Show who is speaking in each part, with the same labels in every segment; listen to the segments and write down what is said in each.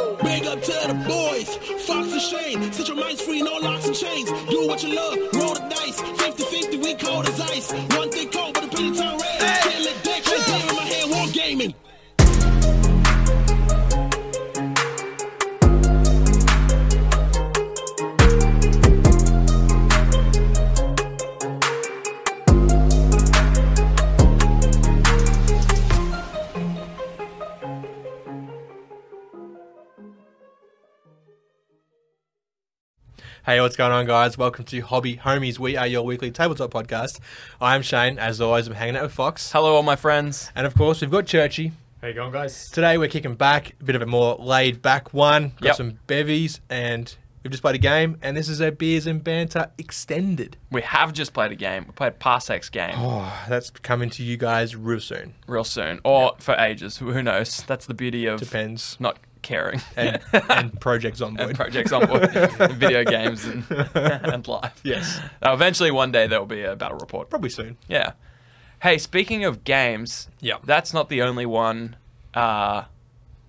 Speaker 1: up to the boys. Fox and Shane, set your minds free, no locks and chains. Do what you love, roll the dice. 50 50, we cold as ice. One thing cold, but a pretty turn red. Hey, let deck, yeah. game in my hand, war gaming.
Speaker 2: Hey, what's going on, guys? Welcome to Hobby Homies. We are your weekly tabletop podcast. I'm Shane. As always, I'm hanging out with Fox.
Speaker 3: Hello, all my friends.
Speaker 2: And of course, we've got Churchy.
Speaker 4: How you going, guys?
Speaker 2: Today, we're kicking back, a bit of a more laid back one. Got
Speaker 3: Yep.
Speaker 2: some bevies, and we've just played a game, and this is a beers and banter extended.
Speaker 3: We have just played a game. We played Parsecs game
Speaker 2: Oh, that's coming to you guys real soon.
Speaker 3: real soon, or for ages. Who knows? That's the beauty of
Speaker 2: Depends.
Speaker 3: not caring.
Speaker 2: And, and projects on board.
Speaker 3: and projects on board, and video games and, and life.
Speaker 2: Yes.
Speaker 3: Now, eventually, one day there will be a battle report.
Speaker 2: Probably soon.
Speaker 3: Yeah. Hey, speaking of games,
Speaker 2: Yeah.
Speaker 3: that's not the only one uh,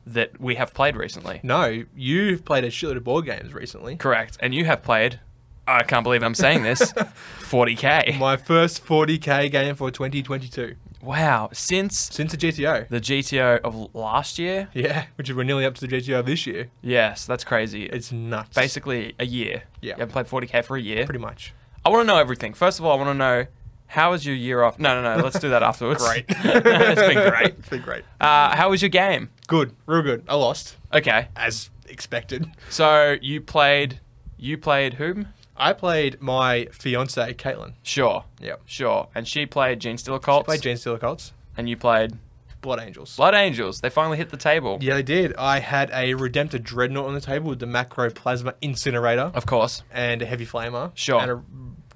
Speaker 3: that we have played recently.
Speaker 2: No, you've played a shitload of board games recently.
Speaker 3: Correct. And you have played. I can't believe I'm saying this. 40k.
Speaker 2: My first 40k game for 2022
Speaker 3: Wow. Since
Speaker 2: since the GTO.
Speaker 3: the GTO of last year.
Speaker 2: Yeah, which is we're nearly up to the GTO of this year.
Speaker 3: Yes, that's crazy.
Speaker 2: It's nuts.
Speaker 3: basically a year.
Speaker 2: Yeah.
Speaker 3: You haven't played 40k for a year.
Speaker 2: pretty much.
Speaker 3: I want to know everything. First of all, I want to know how was your year off? No, no, no. Let's do that afterwards.
Speaker 2: Great.
Speaker 3: it's been great.
Speaker 2: It's been great.
Speaker 3: Uh, how was your game?
Speaker 2: Good, real good. I lost
Speaker 3: Okay.
Speaker 2: as expected.
Speaker 3: So you played. You played whom?
Speaker 2: I played my fiance Caitlin.
Speaker 3: Sure.
Speaker 2: Yep.
Speaker 3: Sure. And she played Gene Steeler Colts.
Speaker 2: Played Gene Steeler Colts,
Speaker 3: And you played
Speaker 2: Blood Angels.
Speaker 3: Blood Angels. They finally hit the table.
Speaker 2: Yeah, they did. I had a Redemptor Dreadnought on the table with the Macroplasma Incinerator
Speaker 3: Of course.
Speaker 2: and a Heavy Flamer.
Speaker 3: Sure.
Speaker 2: And a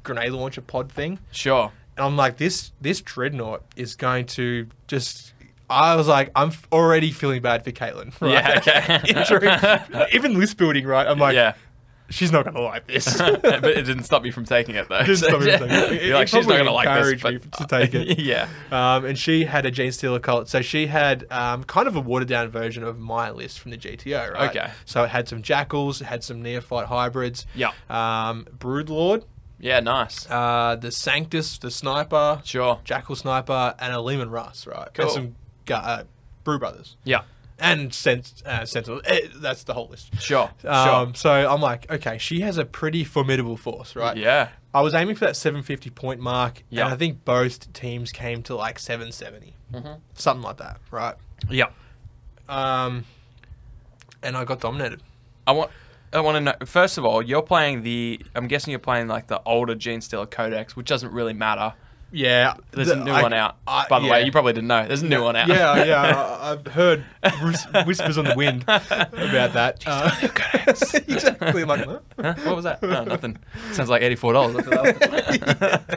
Speaker 2: grenade launcher pod thing.
Speaker 3: Sure.
Speaker 2: And I'm like, this this Dreadnought is going to just. I was like, I'm f- already feeling bad for Caitlin. Right?
Speaker 3: Yeah, okay.
Speaker 2: Injury- Even list building, right? I'm like,
Speaker 3: yeah.
Speaker 2: she's not going to like this.
Speaker 3: but it didn't stop you from taking it though.
Speaker 2: Didn't
Speaker 3: So-
Speaker 2: stop me from taking it. It-
Speaker 3: You're like,
Speaker 2: it
Speaker 3: she's not
Speaker 2: probably
Speaker 3: gonna like this. But,
Speaker 2: encouraged me to take it.
Speaker 3: yeah.
Speaker 2: Um, and she had a Gene Steeler cult. So she had um, kind of a watered down version of my list from the GTO, right?
Speaker 3: Okay.
Speaker 2: So it had some jackals, it had some neophyte hybrids.
Speaker 3: Yeah.
Speaker 2: Um, Broodlord,
Speaker 3: Yeah, nice.
Speaker 2: uh, the Sanctus, the sniper,
Speaker 3: Sure.
Speaker 2: jackal sniper, and a Lehman Russ, right?
Speaker 3: Cool.
Speaker 2: And some gu- uh, Brew Brothers.
Speaker 3: Yeah.
Speaker 2: And Sent- uh, Sentinel. Eh, that's the whole list.
Speaker 3: Sure.
Speaker 2: Um, So I'm like, okay, she has a pretty formidable force,
Speaker 3: sure.
Speaker 2: right?
Speaker 3: Yeah.
Speaker 2: I was aiming for that 750 point mark,
Speaker 3: Yeah.
Speaker 2: and I think both teams came to like 770,
Speaker 3: Mm-hmm.
Speaker 2: something like that, right?
Speaker 3: Yeah.
Speaker 2: Um, and I got dominated.
Speaker 3: I want I want to know first of all, you're playing the I'm guessing you're playing like the older Gene Steeler Codex, which doesn't really matter.
Speaker 2: Yeah,
Speaker 3: There's
Speaker 2: the-
Speaker 3: a new
Speaker 2: I-
Speaker 3: one out.
Speaker 2: I-
Speaker 3: By the
Speaker 2: yeah.
Speaker 3: way, you probably didn't know. There's a new one out.
Speaker 2: yeah, yeah, I, I've heard whis- whispers on the wind about that. Uh, exactly, I'm like huh?
Speaker 3: Huh? What was that? No, nothing. Sounds like eighty-four dollars.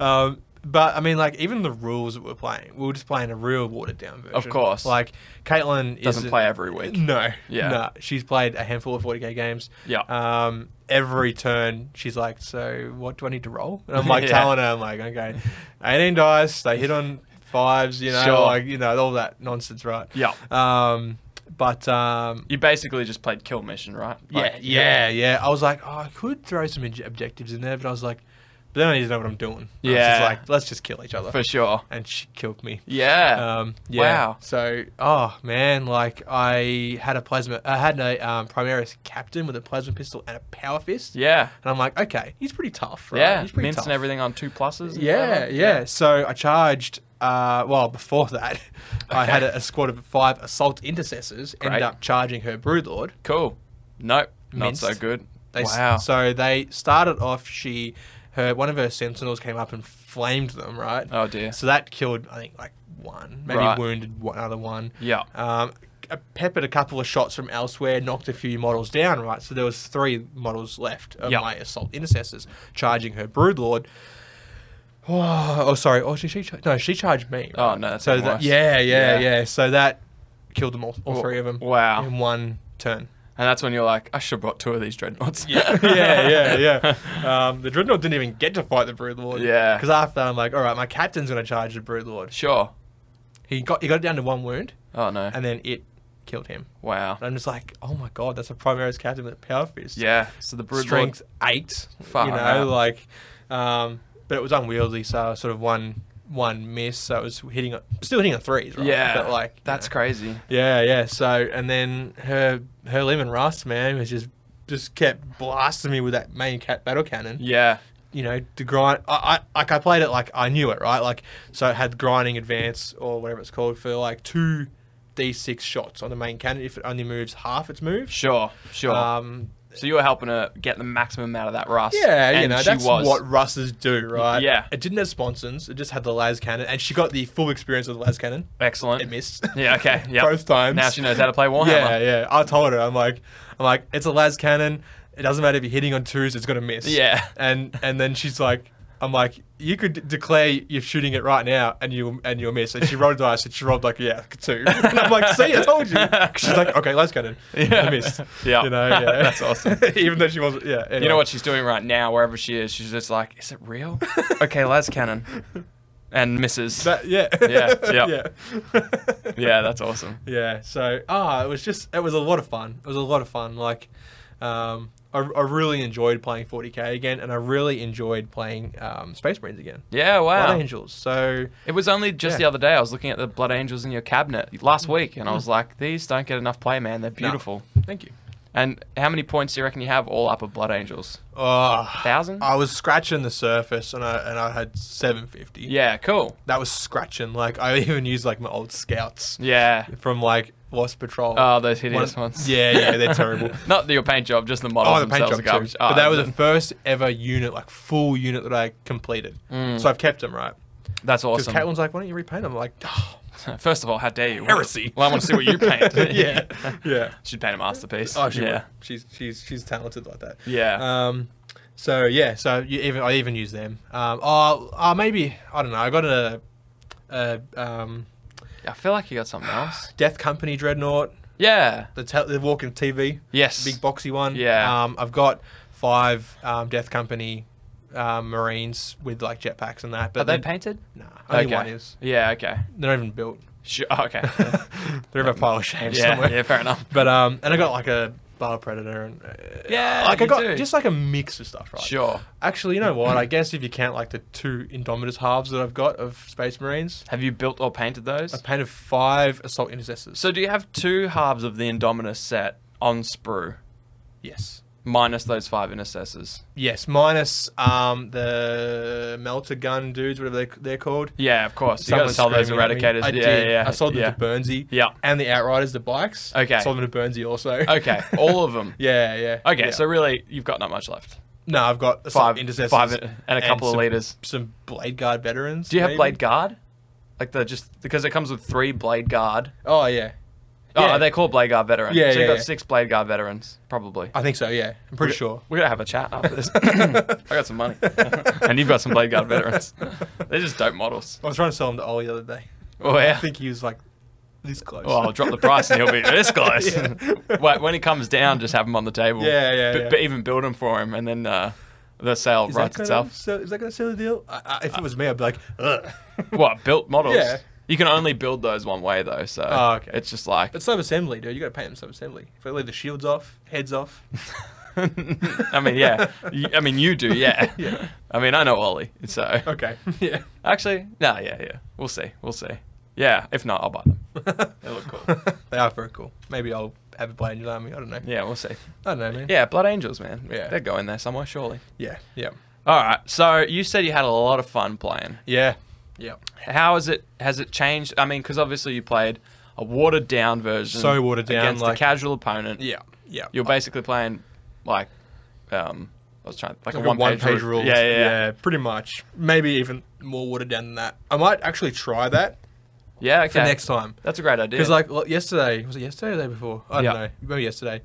Speaker 2: um, but I mean, like even the rules that we're playing, we were just playing a real watered down version.
Speaker 3: course.
Speaker 2: like Caitlin is-
Speaker 3: Doesn't play every week.
Speaker 2: No,
Speaker 3: Yeah.
Speaker 2: no. She's played a handful of 40k games.
Speaker 3: Yeah.
Speaker 2: Um, every turn she's like, "So what do I need to roll?" And I'm like
Speaker 3: Yeah.
Speaker 2: telling her, "I'm like, okay, 18 dice. They hit on fives, you know,
Speaker 3: Sure.
Speaker 2: like you know all that nonsense, right?"
Speaker 3: Yeah.
Speaker 2: Um, but um,
Speaker 3: You basically just played Kill Mission, right? Like-
Speaker 2: yeah, yeah, yeah. I was like, oh, I could throw some obj- objectives in there, but I was like, but then I need to know what I'm doing. I was just
Speaker 3: Yeah.
Speaker 2: like let's just kill each other.
Speaker 3: For sure.
Speaker 2: And she killed me.
Speaker 3: Yeah.
Speaker 2: Um, yeah.
Speaker 3: Wow.
Speaker 2: So, oh man, like I had a plasma, I had a um, Primaris captain with a plasma pistol and a power fist.
Speaker 3: Yeah.
Speaker 2: And I'm like, okay, he's pretty tough, right?
Speaker 3: Yeah.
Speaker 2: he's pretty
Speaker 3: Mints
Speaker 2: tough.
Speaker 3: and everything Uh-huh. on two pluses. and
Speaker 2: Yeah, yeah,
Speaker 3: whatever.
Speaker 2: So I charged. Uh, well, before that, I had a, a squad of five assault intercessors. Ended
Speaker 3: Great.
Speaker 2: up charging her broodlord.
Speaker 3: Cool. Nope. Not
Speaker 2: Minced.
Speaker 3: so good.
Speaker 2: They s-
Speaker 3: wow.
Speaker 2: so they started off. She, her, one of her sentinels came up and flamed them. Right.
Speaker 3: Oh, dear.
Speaker 2: So that killed, I think, like one, maybe
Speaker 3: Right.
Speaker 2: wounded one other one.
Speaker 3: Yeah.
Speaker 2: Um, I peppered a couple of shots from elsewhere, knocked a few models down. Right. So there was three models left of
Speaker 3: Yeah.
Speaker 2: my assault intercessors charging her broodlord. Oh, oh, sorry. Oh, she, she char- no, she charged me.
Speaker 3: Oh,
Speaker 2: right?
Speaker 3: no, that's
Speaker 2: so
Speaker 3: even
Speaker 2: that,
Speaker 3: worse.
Speaker 2: yeah, yeah,
Speaker 3: Yeah.
Speaker 2: yeah, So that killed them all, all
Speaker 3: Wa-
Speaker 2: three of them.
Speaker 3: wow.
Speaker 2: In one turn.
Speaker 3: And that's when you're like, I should have brought two of these dreadnoughts.
Speaker 2: yeah, yeah, yeah. Um, the Dreadnought didn't even get to fight the Broodlord.
Speaker 3: Yeah.
Speaker 2: Because after that, I'm like, all right, my captain's going to charge the Broodlord.
Speaker 3: Sure.
Speaker 2: He got he got it down to one wound,
Speaker 3: Oh no.
Speaker 2: and then it killed him.
Speaker 3: Wow.
Speaker 2: And I'm just like, oh my god, that's a Primaris captain with a power fist.
Speaker 3: Yeah. So the brood
Speaker 2: strength eight.
Speaker 3: Far
Speaker 2: you know,
Speaker 3: out.
Speaker 2: like, um, but it was unwieldy, so sort of one one miss. So it was hitting, a, still hitting a threes, right?
Speaker 3: Lord- Yeah.
Speaker 2: uh, but like you
Speaker 3: that's
Speaker 2: know.
Speaker 3: crazy.
Speaker 2: Yeah, yeah. So and then her her lemon rust man was just just kept blasting me with that main cat battle cannon.
Speaker 3: Yeah.
Speaker 2: You know, to grind. I, I like I played it like I knew it right. Like so it had grinding advance or whatever it's called for like two d six shots on the main cannon if it only moves half its move.
Speaker 3: Sure. Sure.
Speaker 2: Um,
Speaker 3: so you were helping her get the maximum out of that rust.
Speaker 2: yeah, you
Speaker 3: and
Speaker 2: know,
Speaker 3: she
Speaker 2: that's
Speaker 3: was.
Speaker 2: what Russes do, right?
Speaker 3: yeah.
Speaker 2: It didn't have sponsons, it just had the las cannon, and she got the full experience of the las cannon.
Speaker 3: Excellent.
Speaker 2: It missed.
Speaker 3: Yeah. Okay. Yeah.
Speaker 2: Both times.
Speaker 3: Now she knows how to play Warhammer.
Speaker 2: Yeah, yeah. I told her, I'm like, I'm like, it's a las cannon. It doesn't matter if you're hitting on twos, it's gonna miss.
Speaker 3: Yeah.
Speaker 2: And and then she's like, I'm like, you could d- declare you're shooting it right now, and you and you'll miss. And she rolled dice, and she rolled like, yeah, two. And I'm like, see, I told you. She's like, okay, las cannon.
Speaker 3: Yeah.
Speaker 2: I missed.
Speaker 3: Yeah.
Speaker 2: You know, yeah.
Speaker 3: That's awesome.
Speaker 2: Even though she wasn't. Yeah.
Speaker 3: You know what she's doing right now, wherever she is, she's just like, "Is it real?" okay, Laz Cannon, and misses.
Speaker 2: That, yeah.
Speaker 3: Yeah,
Speaker 2: yeah.
Speaker 3: yeah, that's awesome.
Speaker 2: Yeah. So ah, it was just it was a lot of fun. It was a lot of fun. Like, um, I, I really enjoyed playing 40k again, and I really enjoyed playing um, Space Marines again.
Speaker 3: Yeah,
Speaker 2: Blood
Speaker 3: wow.
Speaker 2: Angels. So
Speaker 3: It was only just
Speaker 2: Yeah. Hmm.
Speaker 3: the other day I was looking at the Blood Angels in your cabinet last week, and I was like, "These don't get enough play, man. They're beautiful."
Speaker 2: thank you.
Speaker 3: And how many points do you reckon you have all up of Blood Angels?
Speaker 2: Oh,
Speaker 3: Thousand?
Speaker 2: I was scratching the surface, and I and I had 750.
Speaker 3: yeah, cool.
Speaker 2: That was scratching. Like I even used like my old scouts
Speaker 3: Yeah.
Speaker 2: from like Lost Patrol.
Speaker 3: Oh, those hideous
Speaker 2: One-
Speaker 3: ones.
Speaker 2: Yeah, yeah, they're terrible.
Speaker 3: Not the, your paint job, just the models
Speaker 2: Oh, the paint
Speaker 3: themselves
Speaker 2: job
Speaker 3: are
Speaker 2: too.
Speaker 3: garbage.
Speaker 2: but
Speaker 3: Oh,
Speaker 2: that was the
Speaker 3: then-
Speaker 2: first ever unit, like full unit that I completed.
Speaker 3: Mm.
Speaker 2: So I've kept them, right?
Speaker 3: that's
Speaker 2: Because
Speaker 3: awesome.
Speaker 2: Caitlin's like, why don't you repaint them? I'm like, oh,
Speaker 3: First of all, how dare you?
Speaker 2: Heresy.
Speaker 3: Well, I want to see what you paint.
Speaker 2: yeah, yeah.
Speaker 3: She'd paint a masterpiece.
Speaker 2: Oh, she
Speaker 3: yeah.
Speaker 2: would. She's she's she's talented like that.
Speaker 3: Yeah.
Speaker 2: Um. So yeah. So you even I even use them. Um. Oh, oh maybe I don't know. I got a, a um,
Speaker 3: I feel like you got something else.
Speaker 2: Death Company Dreadnought.
Speaker 3: Yeah.
Speaker 2: The te- the walking TV.
Speaker 3: Yes.
Speaker 2: Big boxy one.
Speaker 3: Yeah.
Speaker 2: Um. I've got five um, Death Company. Um, Marines with like jetpacks and that, but
Speaker 3: Are they
Speaker 2: then-
Speaker 3: painted?
Speaker 2: Nah, only
Speaker 3: okay.
Speaker 2: one is.
Speaker 3: Yeah. Okay.
Speaker 2: They're not even built.
Speaker 3: Sure. oh, okay.
Speaker 2: They're in a pile of shame
Speaker 3: yeah.
Speaker 2: somewhere.
Speaker 3: Yeah. Fair enough.
Speaker 2: But um, and I got like a battle predator and uh,
Speaker 3: Yeah,
Speaker 2: like I
Speaker 3: you
Speaker 2: got
Speaker 3: do.
Speaker 2: just like a mix of stuff, right?
Speaker 3: Sure.
Speaker 2: Actually, you know what? I guess if you count like the two Indomitus halves that I've got of Space Marines,
Speaker 3: Have you built or painted those?
Speaker 2: I painted five Assault Intercessors.
Speaker 3: So do you have two halves of the Indominus set on sprue,
Speaker 2: yes,
Speaker 3: minus those five intercessors?
Speaker 2: yes, minus um the melter gun dudes, whatever they they're called.
Speaker 3: Yeah. Of course. You got to
Speaker 2: Someone
Speaker 3: sell those
Speaker 2: screaming at me.
Speaker 3: eradicators.
Speaker 2: I
Speaker 3: yeah,
Speaker 2: did.
Speaker 3: yeah. Yeah.
Speaker 2: I sold them
Speaker 3: yeah.
Speaker 2: to Burnsy.
Speaker 3: Yeah.
Speaker 2: And the Outriders, the bikes.
Speaker 3: Okay.
Speaker 2: Sold them to Burnsy also.
Speaker 3: Okay. All of them.
Speaker 2: yeah, yeah.
Speaker 3: Okay.
Speaker 2: yeah.
Speaker 3: So really, you've got not much left.
Speaker 2: no, I've got
Speaker 3: Five
Speaker 2: assault intercessors,
Speaker 3: Five and a couple
Speaker 2: some-
Speaker 3: of leaders.
Speaker 2: some blade guard veterans.
Speaker 3: Do you have
Speaker 2: maybe?
Speaker 3: blade guard? Like the just because it comes with three blade guard.
Speaker 2: Oh yeah,
Speaker 3: Oh,
Speaker 2: Yeah.
Speaker 3: are they called Blade Guard veterans?
Speaker 2: Yeah,
Speaker 3: so
Speaker 2: yeah,
Speaker 3: you've got
Speaker 2: yeah.
Speaker 3: six Blade Guard veterans, probably.
Speaker 2: I think so. Yeah, I'm pretty sure.
Speaker 3: We're gonna have a chat after this. I got some money, and you've got some Blade Guard veterans. They're just dope models.
Speaker 2: I was trying to sell them to Ollie the other day.
Speaker 3: Oh yeah.
Speaker 2: I think he was like this close.
Speaker 3: Well, I'll drop the price and he'll be this close.
Speaker 2: Yeah.
Speaker 3: Wait, when he comes down, just have him on the table.
Speaker 2: Yeah, yeah,
Speaker 3: But,
Speaker 2: yeah.
Speaker 3: but even build him for him, and then uh, the sale
Speaker 2: Is that
Speaker 3: writes
Speaker 2: gonna
Speaker 3: itself.
Speaker 2: sell- is that going to sell the deal? I, I, if it was me, I'd be like, ugh.
Speaker 3: What built models?
Speaker 2: Yeah.
Speaker 3: You can only build those one way though, so
Speaker 2: Oh, okay.
Speaker 3: it's just like
Speaker 2: It's sub-assembly, dude. You got to paint them sub-assembly. If they leave the shields off, heads off.
Speaker 3: I mean, yeah. You- I mean, you do, yeah.
Speaker 2: Yeah.
Speaker 3: I mean, I know Ollie, so.
Speaker 2: Okay. yeah.
Speaker 3: Actually, no, yeah, yeah. We'll see. We'll see. Yeah, if not, I'll buy them.
Speaker 2: they
Speaker 3: look cool.
Speaker 2: they are very cool. Maybe I'll have a blade in the army. I don't know.
Speaker 3: Yeah, we'll see.
Speaker 2: I don't know, man.
Speaker 3: Yeah, Blood Angels, man.
Speaker 2: Yeah.
Speaker 3: They're going there somewhere, surely.
Speaker 2: Yeah. Yeah.
Speaker 3: All right. So you said you had a lot of fun playing.
Speaker 2: Yeah. Yeah.
Speaker 3: How is it? Has it changed? I mean, because obviously you played a watered down version.
Speaker 2: So watered down,
Speaker 3: against
Speaker 2: like-
Speaker 3: a casual opponent.
Speaker 2: Yeah. Yeah.
Speaker 3: You're basically playing like, um, I was trying like,
Speaker 2: like
Speaker 3: a one,
Speaker 2: page rule.
Speaker 3: Yeah, yeah, yeah.
Speaker 2: pretty much. Maybe even more watered down than that. I might actually try that
Speaker 3: Yeah, okay.
Speaker 2: for next time.
Speaker 3: That's a great idea.
Speaker 2: Because like l- yesterday, was it yesterday or the day before? I don't
Speaker 3: Yeah.
Speaker 2: know. Maybe yesterday.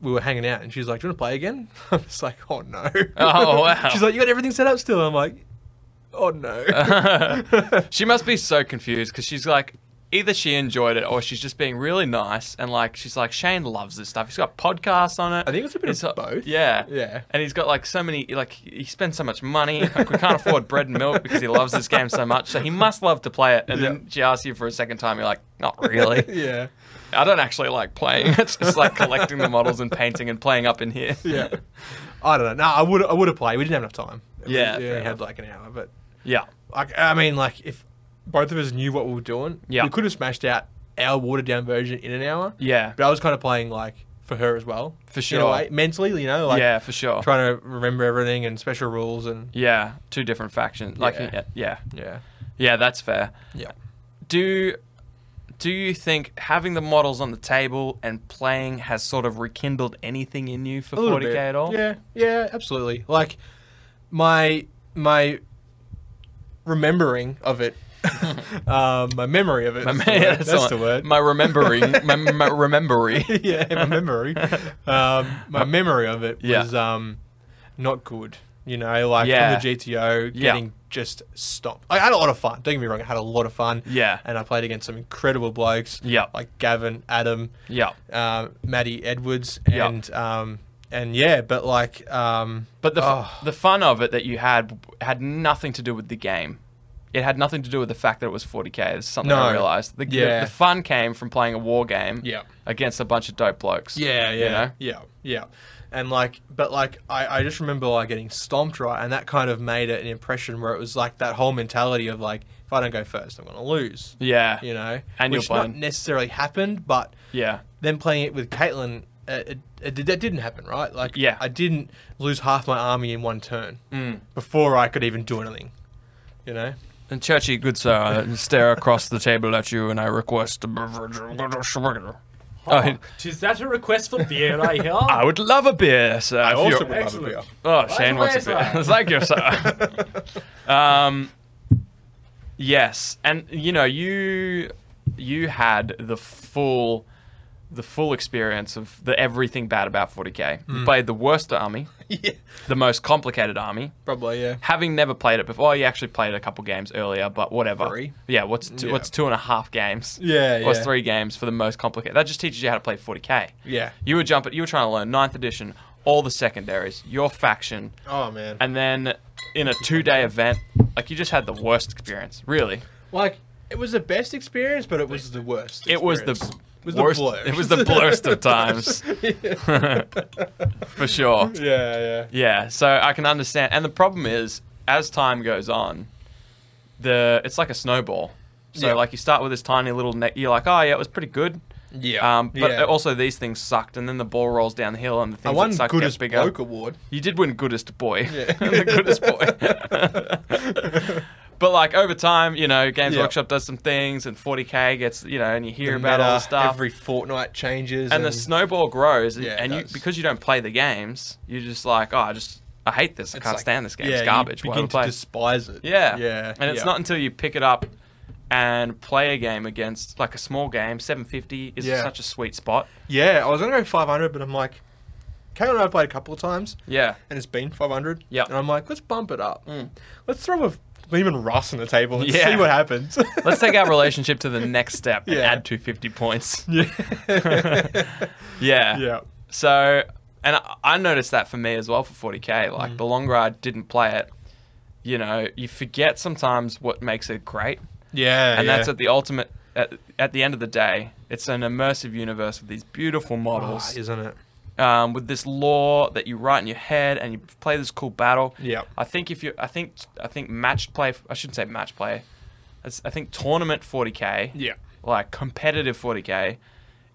Speaker 2: We were hanging out, and she's like, "Do you want to play again?" I'm just like, "Oh no!"
Speaker 3: Oh, wow.
Speaker 2: she's like, "You got everything set up still?" I'm like, "Oh no!"
Speaker 3: she must be so confused because she's like, either she enjoyed it or she's just being really nice and like she's like Shane loves this stuff. He's got podcasts on it.
Speaker 2: I think it's a bit of both.
Speaker 3: Yeah,
Speaker 2: Yeah.
Speaker 3: And he's got like so many. Like he spends so much money. Like, we can't afford bread and milk because he loves this game so much. So he must love to play it. And then she asks you for a second time. You're like, not really.
Speaker 2: yeah.
Speaker 3: I don't actually like playing. It's just like collecting the models and painting and playing up in here.
Speaker 2: Yeah. I don't know. No, I would I would have played. We didn't have enough time.
Speaker 3: Yeah,
Speaker 2: We,
Speaker 3: fair
Speaker 2: yeah, we
Speaker 3: enough.
Speaker 2: had like an hour, but
Speaker 3: Yeah.
Speaker 2: like I mean, like if both of us knew what we were doing,
Speaker 3: Yeah.
Speaker 2: we could have smashed out our watered down version in an hour.
Speaker 3: Yeah.
Speaker 2: But I was kind of playing like for her as well,
Speaker 3: For
Speaker 2: In a
Speaker 3: sure.
Speaker 2: way, mentally, you know, like
Speaker 3: yeah, for sure.
Speaker 2: trying to remember everything and special rules and
Speaker 3: yeah, two different factions. Like
Speaker 2: Yeah.
Speaker 3: yeah. yeah.
Speaker 2: yeah,
Speaker 3: Yeah, that's fair.
Speaker 2: yeah.
Speaker 3: Do do you think having the models on the table and playing has sort of rekindled anything in you for
Speaker 2: A little
Speaker 3: 40k
Speaker 2: bit.
Speaker 3: at all?
Speaker 2: Yeah, yeah, absolutely. Like my my remembering of it, um, my memory of it.
Speaker 3: My,
Speaker 2: that's
Speaker 3: man,
Speaker 2: the word.
Speaker 3: that's
Speaker 2: that's
Speaker 3: not-
Speaker 2: the word.
Speaker 3: My remembering, my, my remembering.
Speaker 2: yeah, my memory. Um, my memory of it
Speaker 3: Uh, Yeah.
Speaker 2: was um, not good. You know, like
Speaker 3: Yeah.
Speaker 2: from the GTO,
Speaker 3: Yeah.
Speaker 2: getting just stomped. I had a lot of fun. Don't get me wrong, I had a lot of fun.
Speaker 3: Yeah.
Speaker 2: And I played against some incredible blokes.
Speaker 3: Yeah.
Speaker 2: Like Gavin, Adam,
Speaker 3: Yeah.
Speaker 2: um, Maddie Edwards,
Speaker 3: Yeah.
Speaker 2: and um, and yeah, but like, um,
Speaker 3: But the f
Speaker 2: oh,
Speaker 3: the fun of it that you had had nothing to do with the game. It had nothing to do with the fact that it was 40k. It's something I
Speaker 2: No.
Speaker 3: realized. The, the-
Speaker 2: Yeah.
Speaker 3: the fun came from playing a war game
Speaker 2: Yeah.
Speaker 3: against a bunch of dope blokes.
Speaker 2: Yeah, yeah,
Speaker 3: You know?
Speaker 2: yeah, yeah. And like, but like, I, I just remember like getting stomped right, and that kind of made it an impression where it was like that whole mentality of like, if I don't go first, I'm gonna lose.
Speaker 3: Yeah.
Speaker 2: You know,
Speaker 3: And you're
Speaker 2: which not
Speaker 3: fine.
Speaker 2: necessarily happened, but
Speaker 3: Yeah.
Speaker 2: then playing it with Caitlin, uh, it, it, that didn't happen, right? Like,
Speaker 3: Yeah. Mm.
Speaker 2: I didn't lose half my army in one turn before I could even do anything. You know,
Speaker 3: And Churchy, good sir, I stare across the table at you and I request a beverage. I,
Speaker 4: Oh, Is that a request for beer I hear?
Speaker 3: I would love a beer, sir. I
Speaker 2: also would love a
Speaker 4: Excellent.
Speaker 2: beer.
Speaker 3: Oh, Shane
Speaker 4: Right
Speaker 3: wants
Speaker 4: away,
Speaker 3: a beer.
Speaker 4: sir.
Speaker 3: Thank you, sir. um, yes, and you know you you had the full the full experience of the everything bad about 40k.
Speaker 2: Hmm.
Speaker 3: You played the worst army,
Speaker 2: yeah,
Speaker 3: the most complicated army.
Speaker 2: probably, yeah.
Speaker 3: Having never played it before, Oh, you actually played a couple games earlier, but whatever.
Speaker 2: Three.
Speaker 3: Yeah, what's two,
Speaker 2: Yeah.
Speaker 3: what's two and a half games?
Speaker 2: Yeah,
Speaker 3: What's
Speaker 2: yeah.
Speaker 3: three games for the most complicated? That just teaches you how to play 40k.
Speaker 2: Yeah.
Speaker 3: You were jumping. You were trying to learn ninth edition, all the secondaries, your faction,
Speaker 2: Oh man,
Speaker 3: and then in a two-day event, like you just had the worst experience. Really,
Speaker 2: like it was the best experience, but it was the worst.
Speaker 3: it was the
Speaker 2: experience.
Speaker 3: worst. It was the blurst of times, for sure.
Speaker 2: Yeah, yeah.
Speaker 3: Yeah, so I can understand. And the problem is, as time goes on, the it's like a snowball. So
Speaker 2: Yeah.
Speaker 3: like you start with this tiny little neck. You're like, oh yeah, it was pretty good.
Speaker 2: Yeah.
Speaker 3: Um, but also these things sucked, and then the ball rolls down the hill, and the
Speaker 2: I
Speaker 3: things
Speaker 2: won
Speaker 3: that suck
Speaker 2: goodest
Speaker 3: get bigger.
Speaker 2: bloke award.
Speaker 3: You did win goodest boy.
Speaker 2: Yeah.
Speaker 3: the goodest boy. but like over time, you know, Games
Speaker 2: Yeah.
Speaker 3: Workshop does some things and 40k gets, you know, and you hear about all the stuff.
Speaker 2: Every fortnight changes.
Speaker 3: and the snowball grows and,
Speaker 2: Yeah, it
Speaker 3: and you
Speaker 2: does.
Speaker 3: because you don't play the games, you're just like, "Oh, I just I hate this. I can't
Speaker 2: like-
Speaker 3: stand this game.
Speaker 2: yeah,
Speaker 3: it's
Speaker 2: you
Speaker 3: garbage. Why
Speaker 2: Begin
Speaker 3: would I play?"
Speaker 2: to despise it.
Speaker 3: yeah.
Speaker 2: Yeah.
Speaker 3: And it's
Speaker 2: yeah.
Speaker 3: not until you pick it up and play a game against like a small game, 750 is
Speaker 2: Yeah.
Speaker 3: such a sweet spot.
Speaker 2: Yeah, I was gonna go 500, but I'm like, Kate and I played a couple of times,
Speaker 3: Yeah.
Speaker 2: and it's been 500.
Speaker 3: Yeah. Mm.
Speaker 2: And I'm like, let's bump it up. Let's throw a Lehman Russ on the table and
Speaker 3: Yeah.
Speaker 2: see what happens.
Speaker 3: Let's take our relationship to the next step and
Speaker 2: Yeah.
Speaker 3: add 250 points.
Speaker 2: yeah.
Speaker 3: Yeah.
Speaker 2: yeah.
Speaker 3: So, and I, I noticed that for me as well for 40k. Like
Speaker 2: Mm.
Speaker 3: the longer I didn't play it, you know, you forget sometimes what makes it great,
Speaker 2: Yeah.
Speaker 3: and that's at the ultimate. At, at the end of the day, it's an immersive universe with these
Speaker 2: Ah,
Speaker 3: beautiful models,
Speaker 2: Oh, isn't it?
Speaker 3: um, with this lore that you write in your head, and you play this cool battle.
Speaker 2: Yeah.
Speaker 3: I think if you, I think, I think match play. I shouldn't say match play. It's- I think tournament 40k.
Speaker 2: Yeah.
Speaker 3: Like competitive 40k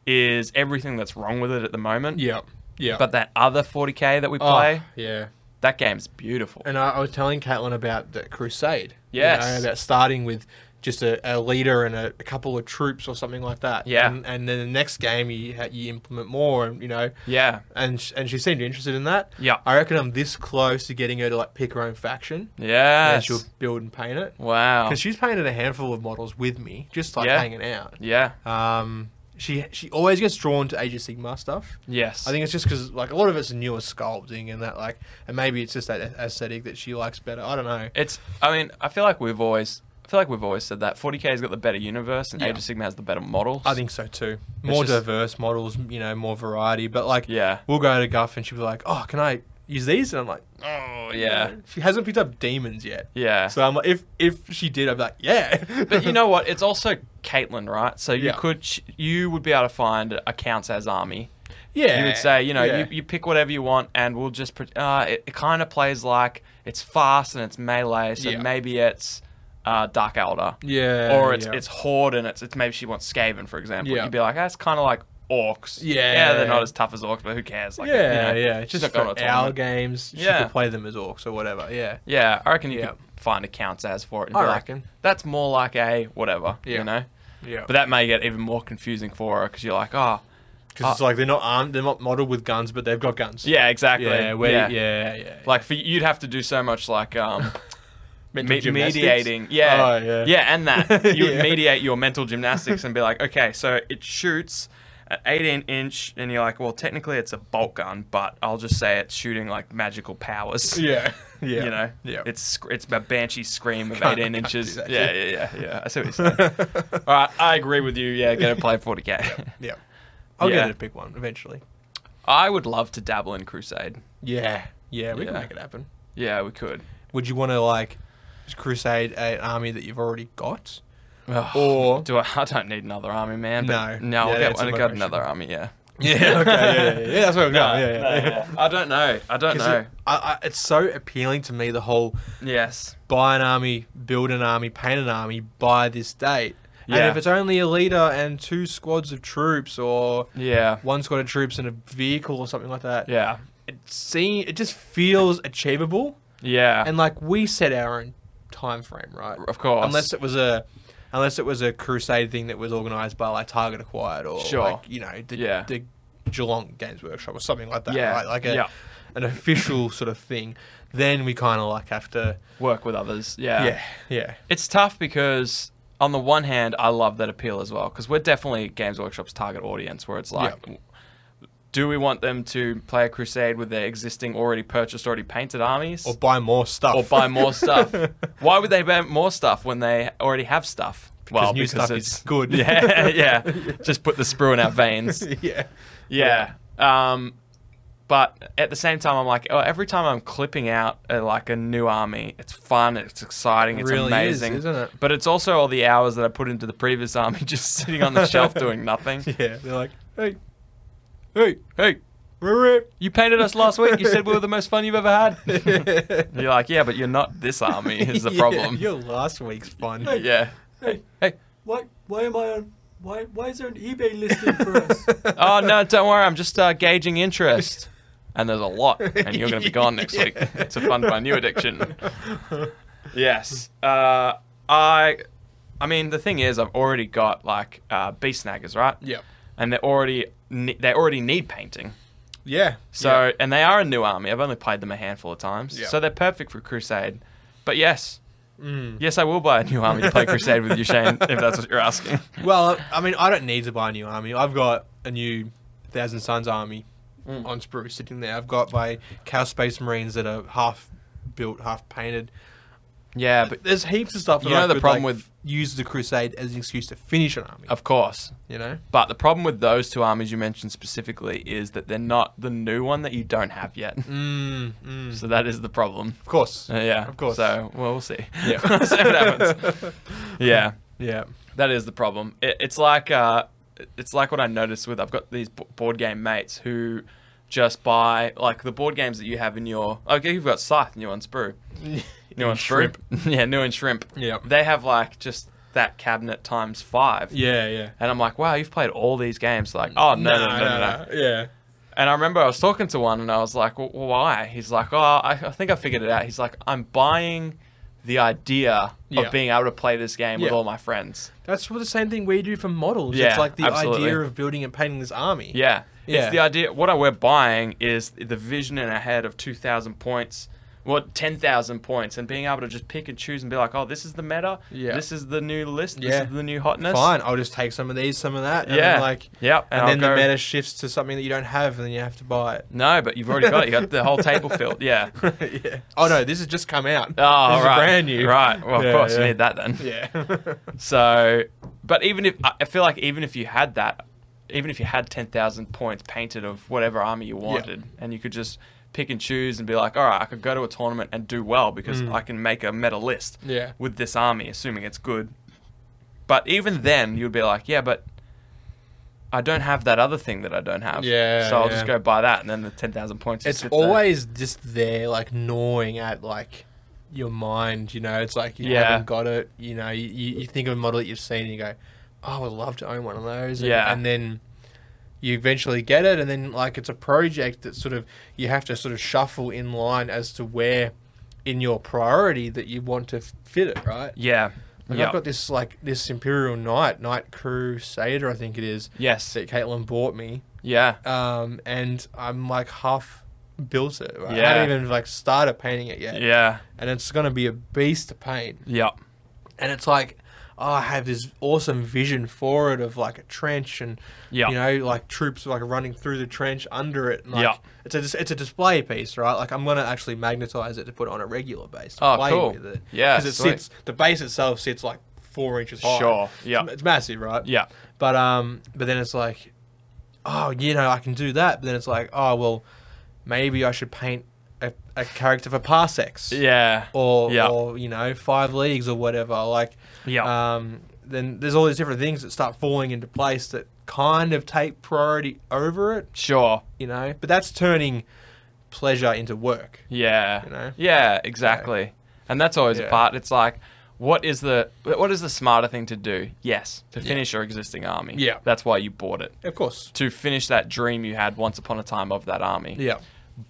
Speaker 3: is everything that's wrong with it at the moment.
Speaker 2: Yeah. Yeah.
Speaker 3: But that other 40k that we
Speaker 2: Oh,
Speaker 3: play,
Speaker 2: yeah.
Speaker 3: that game's beautiful.
Speaker 2: And I, I was telling Caitlin about the crusade. you
Speaker 3: Yes.
Speaker 2: know, about starting with just a, a leader and a, a couple of troops or something like that.
Speaker 3: Yeah.
Speaker 2: And, and then the next game you ha- you implement more and you know.
Speaker 3: Yeah,
Speaker 2: And sh- and she seemed interested in that.
Speaker 3: Yeah.
Speaker 2: I reckon I'm this close to getting her to like pick her own faction.
Speaker 3: yeah.
Speaker 2: And she'll build and paint it.
Speaker 3: Wow.
Speaker 2: Because she's painted a handful of models with me, just like
Speaker 3: Yeah.
Speaker 2: hanging out.
Speaker 3: Yeah.
Speaker 2: Um, she she always gets drawn to Age of Sigma stuff.
Speaker 3: Yes.
Speaker 2: I think it's just because like a lot of it's newer sculpting and that like, and maybe it's just that aesthetic that she likes better. I don't know.
Speaker 3: it's. I mean, I feel like we've always I feel like we've always said that 40k has got the better universe and
Speaker 2: Yeah.
Speaker 3: Age of Sigma has the better models.
Speaker 2: I think so too. More
Speaker 3: just-
Speaker 2: diverse models, you know, more variety. But like,
Speaker 3: Yeah.
Speaker 2: we'll go to Guff and she'll be like, "Oh, can I use these?" And I'm like, "Oh,
Speaker 3: Yeah.
Speaker 2: She hasn't picked up demons yet.
Speaker 3: Yeah.
Speaker 2: So I'm like, if if she did, I'd be like, "Yeah."
Speaker 3: but you know what? It's also Caitlyn, right? So you
Speaker 2: Yeah.
Speaker 3: could ch- you would be able to find accounts as army.
Speaker 2: yeah,
Speaker 3: You would say, you know,
Speaker 2: yeah.
Speaker 3: you, you pick whatever you want, and we'll just. Pre- uh, it it kind of plays like it's fast and it's melee, so
Speaker 2: Yeah.
Speaker 3: maybe it's uh, Dark Elder.
Speaker 2: Yeah,
Speaker 3: Or it's
Speaker 2: yeah.
Speaker 3: it's Horde, and it's, it's maybe she wants Skaven, for example.
Speaker 2: Yeah.
Speaker 3: You'd be like, that's kind of like orcs.
Speaker 2: Yeah.
Speaker 3: Yeah, they're not as tough as orcs, but who cares? Like,
Speaker 2: yeah,
Speaker 3: you know,
Speaker 2: yeah.
Speaker 3: she's
Speaker 2: It's just
Speaker 3: not going
Speaker 2: for
Speaker 3: to a
Speaker 2: our
Speaker 3: tournament.
Speaker 2: games.
Speaker 3: Yeah.
Speaker 2: She could play them as orcs or whatever. Yeah.
Speaker 3: Yeah, I reckon you
Speaker 2: Yeah.
Speaker 3: could find accounts as for it. And
Speaker 2: I
Speaker 3: be like,
Speaker 2: reckon.
Speaker 3: that's more like a whatever.
Speaker 2: Yeah.
Speaker 3: You know.
Speaker 2: Yeah.
Speaker 3: But that may get even more confusing for her because you're like, oh,
Speaker 2: Because it's like they're not armed, they're not modeled with guns, but they've got guns.
Speaker 3: yeah, exactly.
Speaker 2: Yeah, we- yeah, yeah, yeah.
Speaker 3: Like for you'd have to do so much like um, me-
Speaker 2: Mental gymnastics?
Speaker 3: mediating. Yeah.
Speaker 2: Oh, yeah.
Speaker 3: and that you would
Speaker 2: Yeah.
Speaker 3: mediate your mental gymnastics and be like, okay, so it shoots at 18 inch, and you're like, well, technically it's a bolt gun, but I'll just say it's shooting like magical powers.
Speaker 2: yeah, yeah.
Speaker 3: You know,
Speaker 2: yeah.
Speaker 3: it's sc- it's a banshee scream of
Speaker 2: Can't-
Speaker 3: 18
Speaker 2: can't
Speaker 3: inches.
Speaker 2: do that,
Speaker 3: Yeah, yeah, yeah, yeah. I see what you're saying. All right, I agree with you. Yeah, go play 40k.
Speaker 2: yeah. I'll
Speaker 3: Yeah.
Speaker 2: get her to pick one eventually.
Speaker 3: I would love to dabble in Crusade.
Speaker 2: Yeah, yeah. We
Speaker 3: Yeah.
Speaker 2: can make it happen.
Speaker 3: Yeah, we could.
Speaker 2: Would you want to like crusade an army that you've already got, or
Speaker 3: Do I? I don't need another army, man.
Speaker 2: No.
Speaker 3: But no,
Speaker 2: Yeah,
Speaker 3: I'll get,
Speaker 2: that's a
Speaker 3: I'll get
Speaker 2: motivation.
Speaker 3: another army. Yeah.
Speaker 2: yeah, okay, yeah, yeah, yeah, that's what I've got. yeah, yeah, yeah.
Speaker 3: I don't know. I don't
Speaker 2: 'Cause
Speaker 3: know.
Speaker 2: it- I, I, it's so appealing to me the whole
Speaker 3: yes.
Speaker 2: buy an army, build an army, paint an army by this date.
Speaker 3: Yeah.
Speaker 2: And if it's only a leader and two squads of troops, or
Speaker 3: Yeah.
Speaker 2: one squad of troops and a vehicle or something like that,
Speaker 3: Yeah.
Speaker 2: it seems it just feels achievable.
Speaker 3: Yeah.
Speaker 2: And like we set our own time frame, right?
Speaker 3: of course.
Speaker 2: Unless it was a unless it was a crusade thing that was organized by like Target Acquired or
Speaker 3: Sure.
Speaker 2: like, you know, the,
Speaker 3: Yeah.
Speaker 2: the Geelong Games Workshop or something like that.
Speaker 3: Yeah.
Speaker 2: Right? Like a,
Speaker 3: Yeah.
Speaker 2: an official sort of thing. Then we kinda like have to
Speaker 3: work with others. Yeah.
Speaker 2: Yeah. Yeah.
Speaker 3: It's tough because on the one hand, I love that appeal as well because we're definitely Games Workshop's target audience, where it's like.
Speaker 2: Yeah.
Speaker 3: Do we want them to play a crusade with their existing, already purchased, already painted armies,
Speaker 2: Or buy more stuff.
Speaker 3: or buy more stuff. Why would they buy more stuff when they already have stuff? well,
Speaker 2: new stuff is good.
Speaker 3: Yeah, yeah. Just put the sprue in our veins.
Speaker 2: yeah.
Speaker 3: Yeah. Um, but at the same time, I'm like, oh, every time I'm clipping out uh like a new army, it's fun, it's exciting, it's
Speaker 2: really is,
Speaker 3: amazing,
Speaker 2: isn't it?
Speaker 3: But it's also all the hours that I put into the previous army, just sitting on the shelf doing nothing.
Speaker 2: Yeah. They're like, hey,
Speaker 3: Hey, hey,
Speaker 2: rip.
Speaker 3: you painted us last week. You said we were the most fun you've ever had. you're like, yeah, but you're not this army. Is the
Speaker 2: Yeah,
Speaker 3: problem?
Speaker 2: Your last week's fun.
Speaker 3: Yeah.
Speaker 4: Hey,
Speaker 3: Hey.
Speaker 4: why, why am I on? Why, why is there an eBay listing for us?
Speaker 3: Oh no, don't worry. I'm just uh, gauging interest. And there's a lot, and you're going to be gone next week to fund my new addiction. Yes. Uh, I. I mean, the thing is, I've already got like uh, beast snaggers, right?
Speaker 2: Yep.
Speaker 3: And they already ne- they already need painting.
Speaker 2: Yeah.
Speaker 3: So, and they are a new army. I've only played them a handful of times.
Speaker 2: Yeah.
Speaker 3: So they're perfect for Crusade. But yes, yes, I will buy a new army to play Crusade with you, Shane, if that's what you're asking.
Speaker 2: Well, I mean, I don't need to buy a new army. I've got a new Thousand Suns army
Speaker 3: Mm.
Speaker 2: on Spruce sitting there. I've got my Cow Space Marines that are half built, half painted.
Speaker 3: Yeah, but
Speaker 2: There's heaps of stuff.
Speaker 3: You
Speaker 2: that I
Speaker 3: know the
Speaker 2: could,
Speaker 3: problem
Speaker 2: like,
Speaker 3: with-
Speaker 2: use the Crusade as an excuse to finish an army.
Speaker 3: of course,
Speaker 2: You know.
Speaker 3: But the problem with those two armies you mentioned specifically is that they're not the new one that you don't have yet.
Speaker 2: Mm, mm.
Speaker 3: So that is the problem.
Speaker 2: Of course.
Speaker 3: Uh, yeah.
Speaker 2: Of course.
Speaker 3: So, well, we'll see.
Speaker 2: Yeah.
Speaker 3: see what happens. Yeah.
Speaker 2: Yeah.
Speaker 3: That is the problem. It, it's like uh, it's like what I noticed with I've got these b- board game mates who just buy like the board games that you have in your okay you've got Scythe new and Sprue new and Sprue
Speaker 2: shrimp.
Speaker 3: yeah new and Shrimp
Speaker 2: Yeah.
Speaker 3: they have like just that cabinet times five
Speaker 2: Yeah. Mm. Yeah.
Speaker 3: and I'm like wow you've played all these games like oh no no no no, no.
Speaker 2: Yeah.
Speaker 3: And I remember I was talking to one and I was like, well, why? He's like, oh, I, I think I figured it out. He's like, I'm buying the idea
Speaker 2: Yeah.
Speaker 3: of being able to play this game with
Speaker 2: Yeah.
Speaker 3: all my friends.
Speaker 2: That's what the same thing we do for models.
Speaker 3: Yeah,
Speaker 2: it's like the
Speaker 3: absolutely.
Speaker 2: idea of building and painting this army.
Speaker 3: Yeah.
Speaker 2: Yeah.
Speaker 3: It's the idea. What I- we're buying is the vision in our head of 2,000 points. what ten thousand points, and being able to just pick and choose and be like, oh, this is the meta,
Speaker 2: Yeah.
Speaker 3: this is the new list,
Speaker 2: Yeah.
Speaker 3: this is the new hotness.
Speaker 2: Fine, I'll just take some of these, some of that. And
Speaker 3: Yeah.
Speaker 2: Then like,
Speaker 3: Yep.
Speaker 2: And,
Speaker 3: And
Speaker 2: then the
Speaker 3: I'll go-
Speaker 2: meta shifts to something that you don't have, and then you have to buy it.
Speaker 3: No, but you've already got it. You got the whole table filled. Yeah. Uh, Oh,
Speaker 2: yeah. Oh no, this has just come out.
Speaker 3: right.
Speaker 2: this is brand new.
Speaker 3: Right. Well, of
Speaker 2: Yeah,
Speaker 3: course
Speaker 2: yeah.
Speaker 3: you need that then.
Speaker 2: Yeah.
Speaker 3: So, but even if I I feel like even if you had that, even if you had ten thousand points painted of whatever army you wanted, and you could just pick and choose and be like, all right, I could go to a tournament and do well because I can make a meta list
Speaker 2: Mm. Yeah.
Speaker 3: with this army, assuming it's good. But even then, you'd be like, yeah, but I don't have that other thing that I don't have.
Speaker 2: Yeah,
Speaker 3: So I'll
Speaker 2: yeah.
Speaker 3: just go buy that, and then the ten thousand points. just
Speaker 2: it's
Speaker 3: sit there.
Speaker 2: always just there, like gnawing at like your mind. You know, it's like you
Speaker 3: Yeah.
Speaker 2: haven't got it. You know, you, you you think of a model that you've seen, and you go, oh, "I would love to own one of those." And,
Speaker 3: Yeah.
Speaker 2: and then you eventually get it, and then like it's a project that sort of you have to sort of shuffle in line as to where in your priority that you want to f- fit it, right?
Speaker 3: Yeah.
Speaker 2: Like
Speaker 3: Yep.
Speaker 2: I've got this like this Imperial Knight, Knight Crusader, I think it is,
Speaker 3: yes.
Speaker 2: that Caitlin bought me
Speaker 3: Yeah.
Speaker 2: um, and I'm like half built it. Right? I
Speaker 3: Yeah.
Speaker 2: haven't even like started painting it yet.
Speaker 3: Yeah.
Speaker 2: And it's gonna be a beast to paint.
Speaker 3: Yep.
Speaker 2: And it's like, oh, I have this awesome vision for it of like a trench and
Speaker 3: Yeah.
Speaker 2: you know like troops like running through the trench under it. And, like,
Speaker 3: Yeah.
Speaker 2: It's a dis- it's a display piece, right? Like I'm gonna actually magnetize it to put on a regular base. To
Speaker 3: Oh,
Speaker 2: play
Speaker 3: cool.
Speaker 2: With it.
Speaker 3: Yeah,
Speaker 2: Because it
Speaker 3: sweet.
Speaker 2: sits the base itself sits like four inches high.
Speaker 3: Sure, yeah.
Speaker 2: It's, it's massive, right?
Speaker 3: Yeah.
Speaker 2: But um, but then it's like, oh, you know, I can do that. But then it's like, oh well, maybe I should paint a, a character for parsecs.
Speaker 3: Yeah.
Speaker 2: Or
Speaker 3: Yeah.
Speaker 2: or you know five leagues or whatever. Like
Speaker 3: Yeah.
Speaker 2: Um, then there's all these different things that start falling into place that kind of take priority over it.
Speaker 3: Sure.
Speaker 2: You know, but that's turning pleasure into work.
Speaker 3: Yeah.
Speaker 2: You know?
Speaker 3: Yeah, exactly. And that's always
Speaker 2: Yeah.
Speaker 3: a part. It's like, what is the what is the smarter thing to do? Yes, to finish your existing army.
Speaker 2: Yeah.
Speaker 3: That's why you bought it.
Speaker 2: Of course.
Speaker 3: To finish that dream you had once upon a time of that army.
Speaker 2: Yeah.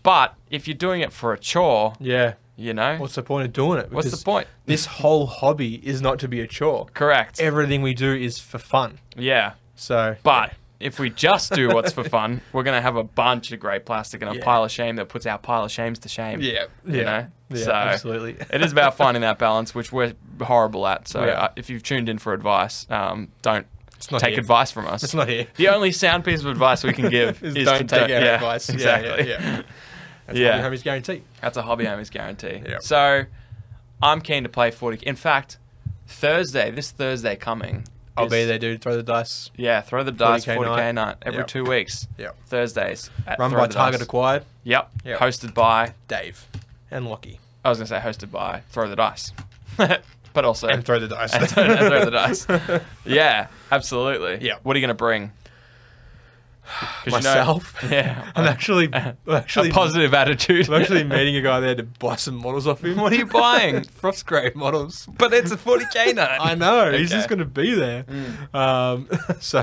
Speaker 3: But if you're doing it for a chore,
Speaker 2: Yeah.
Speaker 3: you know,
Speaker 2: What's the point of doing it?
Speaker 3: What's the
Speaker 2: Because
Speaker 3: point?
Speaker 2: This whole hobby is not to be a chore.
Speaker 3: correct.
Speaker 2: Everything we do is for fun.
Speaker 3: yeah.
Speaker 2: So,
Speaker 3: But if we just do what's for fun, we're going to have a bunch of great plastic and a
Speaker 2: Yeah.
Speaker 3: pile of shame that puts our pile of shames to shame.
Speaker 2: yeah, yeah,
Speaker 3: You know?
Speaker 2: yeah,
Speaker 3: So-
Speaker 2: absolutely.
Speaker 3: it is about finding that balance, which we're horrible at. So
Speaker 2: Yeah.
Speaker 3: uh, if you've tuned in for advice, um, don't
Speaker 2: It's not
Speaker 3: take
Speaker 2: here.
Speaker 3: advice from us.
Speaker 2: It's not here.
Speaker 3: the only sound piece of advice we can give
Speaker 2: Is
Speaker 3: is,
Speaker 2: don't
Speaker 3: to
Speaker 2: take our
Speaker 3: yeah,
Speaker 2: advice. Yeah, yeah,
Speaker 3: Exactly.
Speaker 2: yeah. That's
Speaker 3: Yeah.
Speaker 2: yeah. homie's guarantee.
Speaker 3: That's a hobby owner's guarantee.
Speaker 2: Yeah.
Speaker 3: So I'm keen to play 40. In fact, Thursday, this Thursday coming.
Speaker 2: I'll
Speaker 3: is-
Speaker 2: be there, dude. Throw the dice.
Speaker 3: Yeah, throw the dice
Speaker 2: 40K
Speaker 3: 40K,
Speaker 2: night.
Speaker 3: night. every
Speaker 2: Yep.
Speaker 3: two weeks.
Speaker 2: Yep.
Speaker 3: Thursdays. at
Speaker 2: Run
Speaker 3: Throw
Speaker 2: by
Speaker 3: the
Speaker 2: Target
Speaker 3: Dice.
Speaker 2: Acquired,
Speaker 3: Yep.
Speaker 2: Yep.
Speaker 3: Hosted by,
Speaker 2: Dave, and Lockie,
Speaker 3: I was going to say hosted by Throw the Dice. but also.
Speaker 2: and throw the dice.
Speaker 3: and throw, and throw the dice. Yeah, absolutely.
Speaker 2: Yeah.
Speaker 3: What are you going to bring? 'Cause you know-
Speaker 2: Myself.
Speaker 3: yeah.
Speaker 2: I'm actually,
Speaker 3: a
Speaker 2: I'm actually
Speaker 3: positive attitude.
Speaker 2: I'm actually meeting a guy there to buy some models off him.
Speaker 3: What are you buying?
Speaker 2: Frostgrave models.
Speaker 3: but it's a 40k night.
Speaker 2: I know. He's
Speaker 3: Okay. Mm.
Speaker 2: just going to be there. Um, so,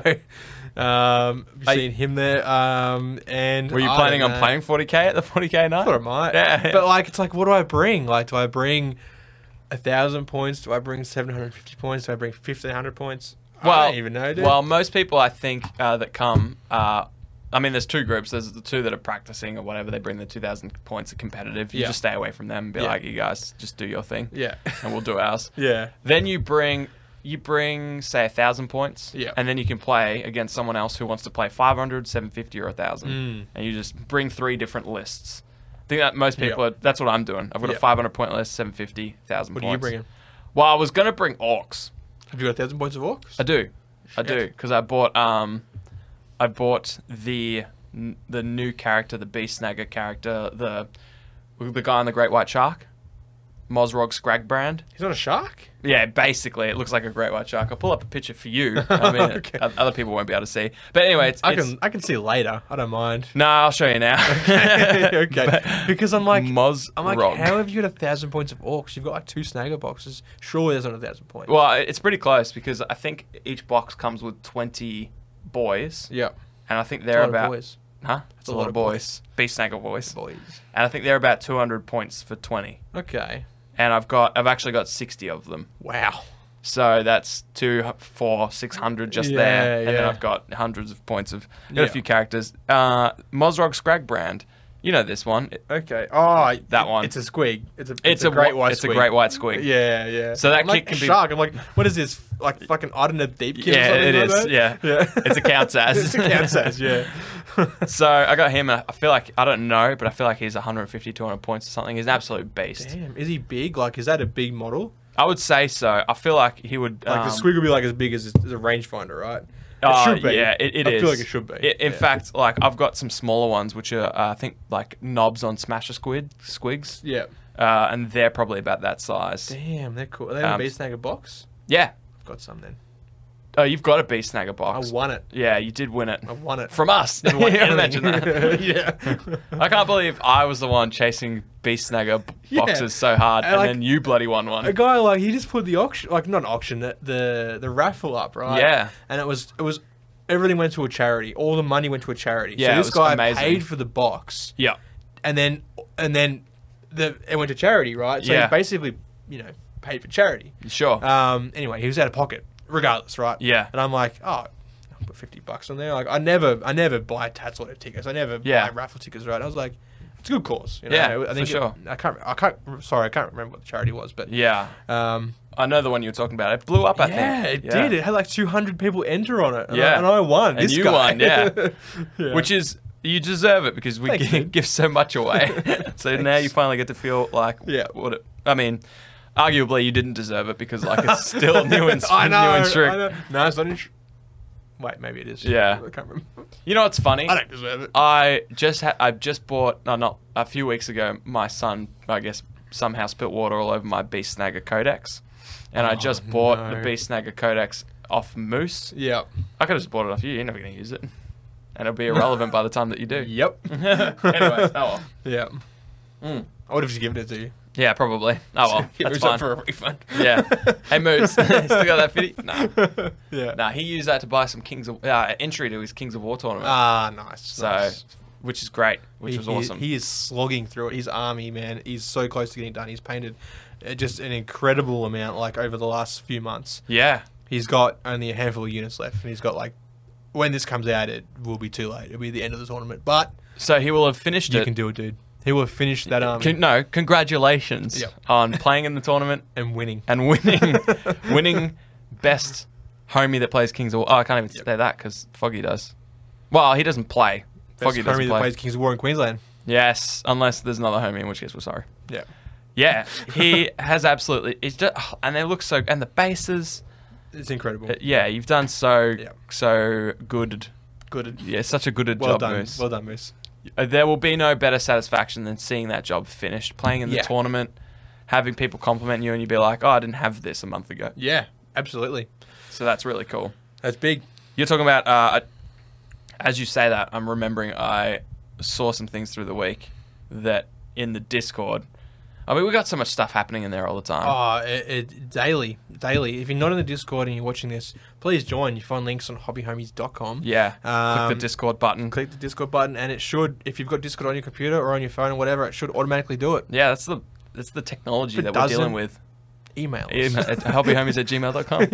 Speaker 2: um, I've
Speaker 3: Are you-
Speaker 2: seen him there. Um, and
Speaker 3: Were you
Speaker 2: I
Speaker 3: planning
Speaker 2: don't
Speaker 3: on
Speaker 2: know.
Speaker 3: playing 40k at the 40k night?
Speaker 2: I thought I might.
Speaker 3: Yeah.
Speaker 2: But like, it's like, what do I bring? Like, do I bring a thousand points? Do I bring seven hundred fifty points? Do I bring fifteen hundred points? I
Speaker 3: well,
Speaker 2: don't even know, dude.
Speaker 3: well, most people I think uh, that come. Uh, I mean, there's two groups. There's the two that are practicing or whatever. They bring the 2,000 points of competitive. You
Speaker 2: Yeah.
Speaker 3: just stay away from them and be
Speaker 2: Yeah.
Speaker 3: like, you guys, just do your thing.
Speaker 2: yeah,
Speaker 3: And we'll do ours.
Speaker 2: yeah,
Speaker 3: Then you bring you bring say a thousand points,
Speaker 2: Yeah.
Speaker 3: and then you can play against someone else who wants to play 500, 750, or a thousand,
Speaker 2: Mm.
Speaker 3: and you just bring three different lists. I think that most people
Speaker 2: Yeah.
Speaker 3: are. That's what I'm doing. I've got
Speaker 2: Yeah.
Speaker 3: a 500 point list, 750, 1,000
Speaker 2: What
Speaker 3: points.
Speaker 2: are you bringing?
Speaker 3: Well, I was gonna bring orcs.
Speaker 2: Have you got a thousand points of orcs?
Speaker 3: I do, I
Speaker 2: Shit.
Speaker 3: do, because I bought um, I bought the n- the new character, the beast snagger character, the the guy on the great white shark, Mozrog Scragbrand.
Speaker 2: He's not a shark.
Speaker 3: Yeah, basically, it looks like a great white shark. I'll pull up a picture for you. I mean,
Speaker 2: Okay.
Speaker 3: o- other people won't be able to see. But anyway, it's.
Speaker 2: I
Speaker 3: it's-
Speaker 2: can I can see later. I don't mind.
Speaker 3: No, I'll show you now.
Speaker 2: okay, because I'm like,
Speaker 3: Moz
Speaker 2: I'm like,
Speaker 3: Rog.
Speaker 2: how have you got a thousand points of orcs? You've got like two snagger boxes. Surely there's not a thousand points.
Speaker 3: Well, it's pretty close because I think each box comes with 20 boys.
Speaker 2: yeah,
Speaker 3: And I think
Speaker 2: a
Speaker 3: they're
Speaker 2: lot of
Speaker 3: about.
Speaker 2: boys.
Speaker 3: Huh? It's a, lot, of boys. Beast Snagger boys.
Speaker 2: boys.
Speaker 3: And I think they're about 200 points for 20.
Speaker 2: Okay.
Speaker 3: And I've got, I've actually got 60 of them.
Speaker 2: Wow.
Speaker 3: So that's two, four, six hundred just
Speaker 2: Yeah,
Speaker 3: there, and then
Speaker 2: yeah.
Speaker 3: I've got hundreds of points of
Speaker 2: Yeah.
Speaker 3: got a few characters. Uh, Mozrog Scragbrand, You know this one. It-
Speaker 2: Okay. Oh,
Speaker 3: That
Speaker 2: it-
Speaker 3: one.
Speaker 2: It's a squig. It's a. It's,
Speaker 3: It's,
Speaker 2: a, great
Speaker 3: wh-
Speaker 2: white.
Speaker 3: It's
Speaker 2: squig.
Speaker 3: a great white squig.
Speaker 2: Yeah, yeah.
Speaker 3: So that
Speaker 2: I'm like
Speaker 3: kick can
Speaker 2: a
Speaker 3: be-
Speaker 2: shark. I'm like, what is this? Like fucking Arden deep kid?
Speaker 3: Yeah,
Speaker 2: or something
Speaker 3: it
Speaker 2: like
Speaker 3: is,
Speaker 2: that?
Speaker 3: yeah. It's a counts as.
Speaker 2: it's a counts as. Yeah.
Speaker 3: So I got him. and I feel like I don't know, but I feel like he's 150, 200 points or something. He's an absolute beast.
Speaker 2: Damn, is he big? Like, is that a big model?
Speaker 3: I would say so. I feel like he would.
Speaker 2: Like
Speaker 3: um,
Speaker 2: the squig would be like as big as, as a rangefinder, right? It
Speaker 3: uh,
Speaker 2: should be.
Speaker 3: Yeah, it, it
Speaker 2: I
Speaker 3: is.
Speaker 2: feel like it should be.
Speaker 3: I- in
Speaker 2: Yeah.
Speaker 3: fact, like I've got some smaller ones, which are uh, I think like knobs on Smasher Squid squigs,
Speaker 2: Yeah.
Speaker 3: uh, and they're probably about that size.
Speaker 2: Damn, they're cool. Are they in a
Speaker 3: Um,
Speaker 2: beast snagger box?
Speaker 3: Yeah.
Speaker 2: I've got some then.
Speaker 3: Oh, you've got a Beast Snagger
Speaker 2: I
Speaker 3: box.
Speaker 2: won it.
Speaker 3: Yeah, you did win it.
Speaker 2: I won it.
Speaker 3: From us.
Speaker 2: Never won
Speaker 3: Yeah,
Speaker 2: anything.
Speaker 3: imagine that.
Speaker 2: yeah.
Speaker 3: I can't believe I was the one chasing Beast Snagger b-
Speaker 2: Yeah.
Speaker 3: boxes so hard,
Speaker 2: And,
Speaker 3: and
Speaker 2: like,
Speaker 3: then you bloody won
Speaker 2: a
Speaker 3: one.
Speaker 2: guy like he just put the auction like not auction the the, the raffle up right
Speaker 3: Yeah.
Speaker 2: and it was it was everything went to a charity all the money went to a charity
Speaker 3: Yeah, it
Speaker 2: so this
Speaker 3: was
Speaker 2: guy
Speaker 3: amazing.
Speaker 2: paid for the box
Speaker 3: Yeah.
Speaker 2: and then and then the it went to charity right so
Speaker 3: Yeah.
Speaker 2: he basically you know paid for charity
Speaker 3: Sure.
Speaker 2: um anyway he was out of pocket regardless right
Speaker 3: Yeah.
Speaker 2: and I'm like oh. I'll Put fifty bucks on there. Like I never, I never buy tats lotto tickets. I never
Speaker 3: Yeah.
Speaker 2: buy raffle tickets. Right? I was like, it's a good cause. You know?
Speaker 3: Yeah,
Speaker 2: I think
Speaker 3: for
Speaker 2: it-
Speaker 3: sure.
Speaker 2: I can't. I can't. Sorry, I can't remember what the charity was, but
Speaker 3: yeah.
Speaker 2: um,
Speaker 3: I know the one you were talking about. It blew up, I
Speaker 2: yeah,
Speaker 3: think.
Speaker 2: it did. It had like 200 people enter on it. And
Speaker 3: Yeah.
Speaker 2: I, and I won.
Speaker 3: And
Speaker 2: this
Speaker 3: you
Speaker 2: guy.
Speaker 3: won, yeah.
Speaker 2: Yeah.
Speaker 3: Which is you deserve it because we
Speaker 2: Thank
Speaker 3: give,
Speaker 2: you.
Speaker 3: give so much away. so now you
Speaker 2: Thanks.
Speaker 3: finally get to feel like
Speaker 2: Yeah.
Speaker 3: what it, I mean, arguably you didn't deserve it because like it's still new and
Speaker 2: I know,
Speaker 3: new and
Speaker 2: I
Speaker 3: true.
Speaker 2: know. No, it's not in. Shri- Wait, maybe it is.
Speaker 3: Yeah.
Speaker 2: I can't remember.
Speaker 3: You know what's funny?
Speaker 2: I don't deserve it.
Speaker 3: I just ha- I just bought no not a few weeks ago. My son, I guess, somehow spilt water all over my Beast Snagger Codex, and I
Speaker 2: Oh,
Speaker 3: just bought the
Speaker 2: no.
Speaker 3: Beast Snagger Codex off Moose.
Speaker 2: yeah.
Speaker 3: I could have just bought it off you. You're never going to use it, and it'll be irrelevant by the time that you do.
Speaker 2: Yep.
Speaker 3: Anyways, oh well.
Speaker 2: Yeah.
Speaker 3: Mm.
Speaker 2: I would have just given it to you.
Speaker 3: Yeah, probably. Oh well,
Speaker 2: it
Speaker 3: that's
Speaker 2: was
Speaker 3: fine.
Speaker 2: up for a refund.
Speaker 3: Yeah. Hey, Moods, still got that fitty? Nah.
Speaker 2: Yeah.
Speaker 3: Nah, he used that to buy some Kings of uh, entry to his Kings of War tournament.
Speaker 2: Ah, nice.
Speaker 3: so,
Speaker 2: nice.
Speaker 3: which is great, which
Speaker 2: He-
Speaker 3: was
Speaker 2: he-
Speaker 3: awesome.
Speaker 2: He, is slogging through it. His army, man, he's so close to getting done. He's painted uh, just an incredible amount, like over the last few months.
Speaker 3: yeah.
Speaker 2: he's got only a handful of units left, and he's got like, when this comes out, it will be too late. It'll be the end of the tournament, but
Speaker 3: So he will have finished
Speaker 2: you
Speaker 3: it.
Speaker 2: can do it, dude. He will finish that army
Speaker 3: Con- no, congratulations
Speaker 2: Yep.
Speaker 3: on playing in the tournament
Speaker 2: and winning.
Speaker 3: and winning, winning best homie that plays Kings of War. Oh, I can't even say that because Foggy does. Well, he doesn't play.
Speaker 2: Best
Speaker 3: Foggy
Speaker 2: homie
Speaker 3: doesn't
Speaker 2: that
Speaker 3: play.
Speaker 2: plays Kings of War in Queensland.
Speaker 3: yes, unless there's another homie, in which case we're sorry.
Speaker 2: Yeah,
Speaker 3: Yeah, he has absolutely. It's just, and they look so, and the bases.
Speaker 2: it's incredible.
Speaker 3: uh, Yeah, you've done so
Speaker 2: Yeah.
Speaker 3: so good.
Speaker 2: Good.
Speaker 3: Yeah, such a good a
Speaker 2: Well
Speaker 3: job,
Speaker 2: done.
Speaker 3: Moose.
Speaker 2: Well done, Moose.
Speaker 3: Uh, there will be no better satisfaction than seeing that job finished, playing in the
Speaker 2: Yeah.
Speaker 3: tournament, having people compliment you, and you'd be like, "Oh, I didn't have this a month ago."
Speaker 2: Yeah, absolutely.
Speaker 3: So that's really cool.
Speaker 2: That's big.
Speaker 3: You're talking about. Uh, I- as you say that, I'm remembering I saw some things through the week that in the Discord. I mean, we got so much stuff happening in there all the time.
Speaker 2: Oh, it, it, daily, daily. If you're not in the Discord and you're watching this, please join. You find links on hobbyhomies.com.
Speaker 3: Yeah. Click
Speaker 2: Um,
Speaker 3: the Discord button.
Speaker 2: Click the Discord button, and it should, if you've got Discord on your computer or on your phone or whatever, it should automatically do it.
Speaker 3: Yeah, that's the that's the technology
Speaker 2: If it
Speaker 3: that we're dealing
Speaker 2: doesn't-
Speaker 3: with.
Speaker 2: Email. us.
Speaker 3: Email at hobbyhomies at gmail.com.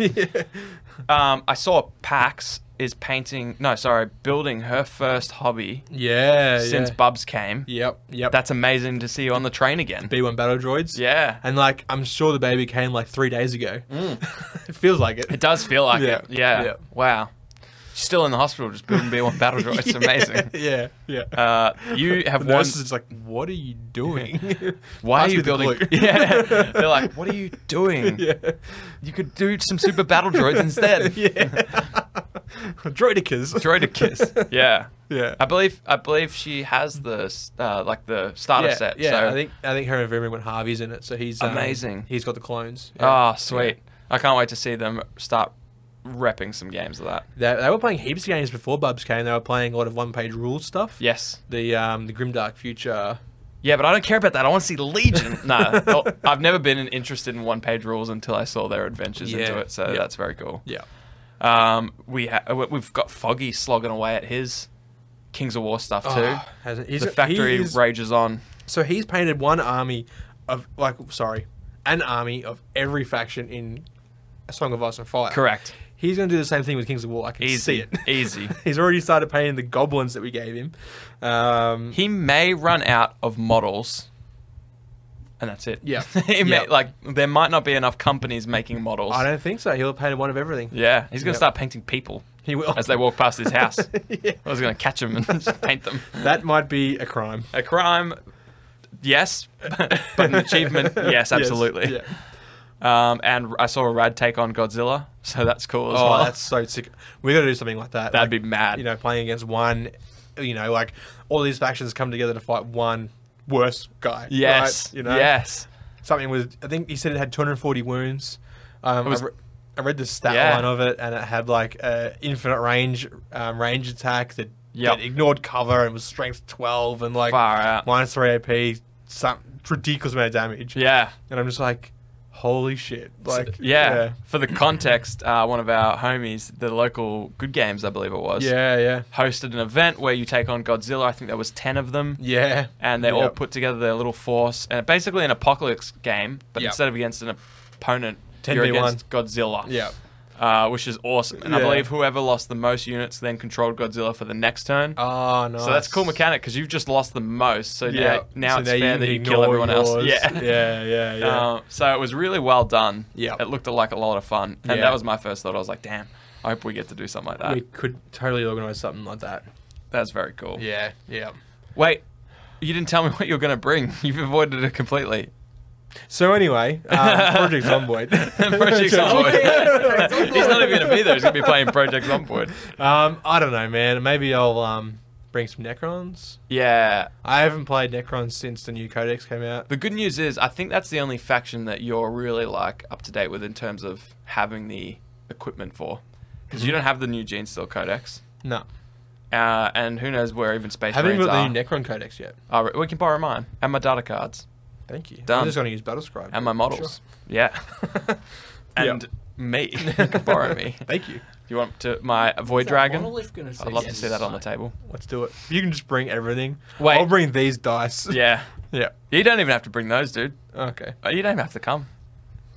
Speaker 2: yeah.
Speaker 3: Um, I saw Pax is painting, no, sorry, building her first hobby
Speaker 2: Yeah.
Speaker 3: since
Speaker 2: yeah.
Speaker 3: Bubs came.
Speaker 2: Yep. Yep.
Speaker 3: That's amazing to see you on the train again.
Speaker 2: B1 Battle Droids.
Speaker 3: Yeah.
Speaker 2: And like, I'm sure the baby came like three days ago. it feels like it.
Speaker 3: Mm. It does feel like
Speaker 2: Yeah,
Speaker 3: it. Yeah.
Speaker 2: yeah.
Speaker 3: Wow. She's still in the hospital just building B1 Battle Droid. It's
Speaker 2: Yeah,
Speaker 3: amazing.
Speaker 2: Yeah. Yeah.
Speaker 3: Uh, you have
Speaker 2: the
Speaker 3: won.
Speaker 2: nurse is like, what are you doing?
Speaker 3: Why
Speaker 2: Pass
Speaker 3: are
Speaker 2: me
Speaker 3: you
Speaker 2: the
Speaker 3: building?
Speaker 2: glue.
Speaker 3: Yeah. They're like, what are you doing?
Speaker 2: yeah.
Speaker 3: You could do some super battle droids instead.
Speaker 2: yeah. Droidicas.
Speaker 3: Droidicus. Yeah.
Speaker 2: Yeah.
Speaker 3: I believe I believe she has the s- uh, like the starter
Speaker 2: yeah,
Speaker 3: set.
Speaker 2: yeah,
Speaker 3: so.
Speaker 2: I think I think her and Vermin went Harvey's in it, so he's um,
Speaker 3: Amazing.
Speaker 2: He's got the clones. Yeah.
Speaker 3: Oh, sweet! I can't wait to see them start repping some games of that.
Speaker 2: They, they were playing heaps of games before Bubs came. They were playing a lot of one-page rule stuff.
Speaker 3: Yes.
Speaker 2: The um the Grimdark Future
Speaker 3: Yeah, but I don't care about that. I want to see Legion. no, no, I've never been interested in one-page rules until I saw their adventures into
Speaker 2: Yeah,
Speaker 3: it. So
Speaker 2: yeah.
Speaker 3: that's very cool.
Speaker 2: Yeah.
Speaker 3: Um, we ha- we- we've got Foggy slogging away at his Kings of War stuff too.
Speaker 2: Oh, has it- he's-
Speaker 3: the factory
Speaker 2: he's-
Speaker 3: rages on.
Speaker 2: So he's painted one army of like sorry, an army of every faction in A Song of Ice and Fire.
Speaker 3: Correct.
Speaker 2: He's going to do the same thing with Kings of War. I can see
Speaker 3: Easy.
Speaker 2: it.
Speaker 3: Easy.
Speaker 2: He's already started painting the goblins that we gave him. Um,
Speaker 3: He may run out of models. And that's it.
Speaker 2: Yeah.
Speaker 3: he may,
Speaker 2: Yeah.
Speaker 3: like there might not be enough companies making models.
Speaker 2: I don't think so. He'll have painted one of everything.
Speaker 3: yeah, he's gonna
Speaker 2: Yeah.
Speaker 3: start painting people
Speaker 2: He will.
Speaker 3: as they walk past his house.
Speaker 2: Yeah.
Speaker 3: I was gonna catch them and just paint them.
Speaker 2: That might be a crime.
Speaker 3: A crime, yes, but an achievement, yes, absolutely.
Speaker 2: yeah.
Speaker 3: Um, and I saw a rad take on Godzilla, so that's cool as
Speaker 2: Oh,
Speaker 3: well.
Speaker 2: that's so sick. We got to do something like that.
Speaker 3: That'd
Speaker 2: Like,
Speaker 3: be mad.
Speaker 2: You know, playing against one. You know, like all these factions come together to fight one worse guy.
Speaker 3: yes,
Speaker 2: right? You know,
Speaker 3: yes.
Speaker 2: something with. I think he said it had 240 wounds. Um,
Speaker 3: It was-
Speaker 2: I, re- I read the stat
Speaker 3: Yeah.
Speaker 2: line of it, and it had like a infinite range, um, range attack that,
Speaker 3: Yep.
Speaker 2: that ignored cover and was strength 12 and like
Speaker 3: Far out.
Speaker 2: minus three AP, some ridiculous amount of damage.
Speaker 3: Yeah.
Speaker 2: and I'm just like, holy shit! Like,
Speaker 3: yeah. For the context, uh, one of our homies, the local Good Games, I believe it was,
Speaker 2: yeah, yeah,
Speaker 3: hosted an event where you take on Godzilla. I think there was ten of them,
Speaker 2: yeah.
Speaker 3: and they all
Speaker 2: Yep.
Speaker 3: put together their little force, and basically an apocalypse game, but
Speaker 2: Yep.
Speaker 3: instead of against an opponent,
Speaker 2: 10
Speaker 3: you're
Speaker 2: v one.
Speaker 3: against Godzilla.
Speaker 2: Yeah,
Speaker 3: uh, which is awesome. And I
Speaker 2: Yeah.
Speaker 3: believe whoever lost the most units then controlled Godzilla for the next turn.
Speaker 2: Oh no.
Speaker 3: So that's cool mechanic because you've just lost the most. So
Speaker 2: Yeah.
Speaker 3: now, now
Speaker 2: So
Speaker 3: it's
Speaker 2: now you
Speaker 3: fair
Speaker 2: can
Speaker 3: that you kill
Speaker 2: ignore
Speaker 3: everyone else.
Speaker 2: yours.
Speaker 3: Yeah.
Speaker 2: yeah, yeah, yeah.
Speaker 3: Uh, so it was really well done.
Speaker 2: Yeah.
Speaker 3: It looked like a lot of fun. And
Speaker 2: Yeah.
Speaker 3: that was my first thought. I was like, damn, I hope we get to do something like that.
Speaker 2: we could totally organize something like that.
Speaker 3: That's very cool.
Speaker 2: Yeah, yeah.
Speaker 3: Wait, you didn't tell me what you're going to bring. You've avoided it completely.
Speaker 2: So anyway, um, Project Zomboid.
Speaker 3: Project Zomboid. He's not even going to be there. He's going to be playing Project Zomboid.
Speaker 2: Um, I don't know, man. Maybe I'll um bring some Necrons.
Speaker 3: Yeah.
Speaker 2: I haven't played Necrons since the new Codex came out.
Speaker 3: The good news is, I think that's the only faction that you're really like up to date with in terms of having the equipment for, because
Speaker 2: Mm-hmm.
Speaker 3: you don't have the new Gene Steel Codex,
Speaker 2: No,
Speaker 3: uh, and who knows where even
Speaker 2: I
Speaker 3: Space
Speaker 2: haven't even
Speaker 3: Marines
Speaker 2: got the
Speaker 3: are.
Speaker 2: new Necron Codex yet.
Speaker 3: Oh, right, we can borrow mine and my data cards
Speaker 2: Thank you.
Speaker 3: Done.
Speaker 2: I'm just going to use Battlescribe
Speaker 3: and my
Speaker 2: for
Speaker 3: models.
Speaker 2: sure.
Speaker 3: Yeah, and
Speaker 2: Yeah.
Speaker 3: me. You can borrow me.
Speaker 2: Thank you.
Speaker 3: You want to my Void
Speaker 4: that
Speaker 3: Dragon?
Speaker 4: monolith gonna say
Speaker 3: I'd love to
Speaker 4: yes?
Speaker 3: see that on the table.
Speaker 2: Let's do it. You can just bring everything.
Speaker 3: Wait.
Speaker 2: I'll bring these dice.
Speaker 3: Yeah,
Speaker 2: Yeah.
Speaker 3: you don't even have to bring those, dude.
Speaker 2: Okay.
Speaker 3: Uh, You don't even have to come.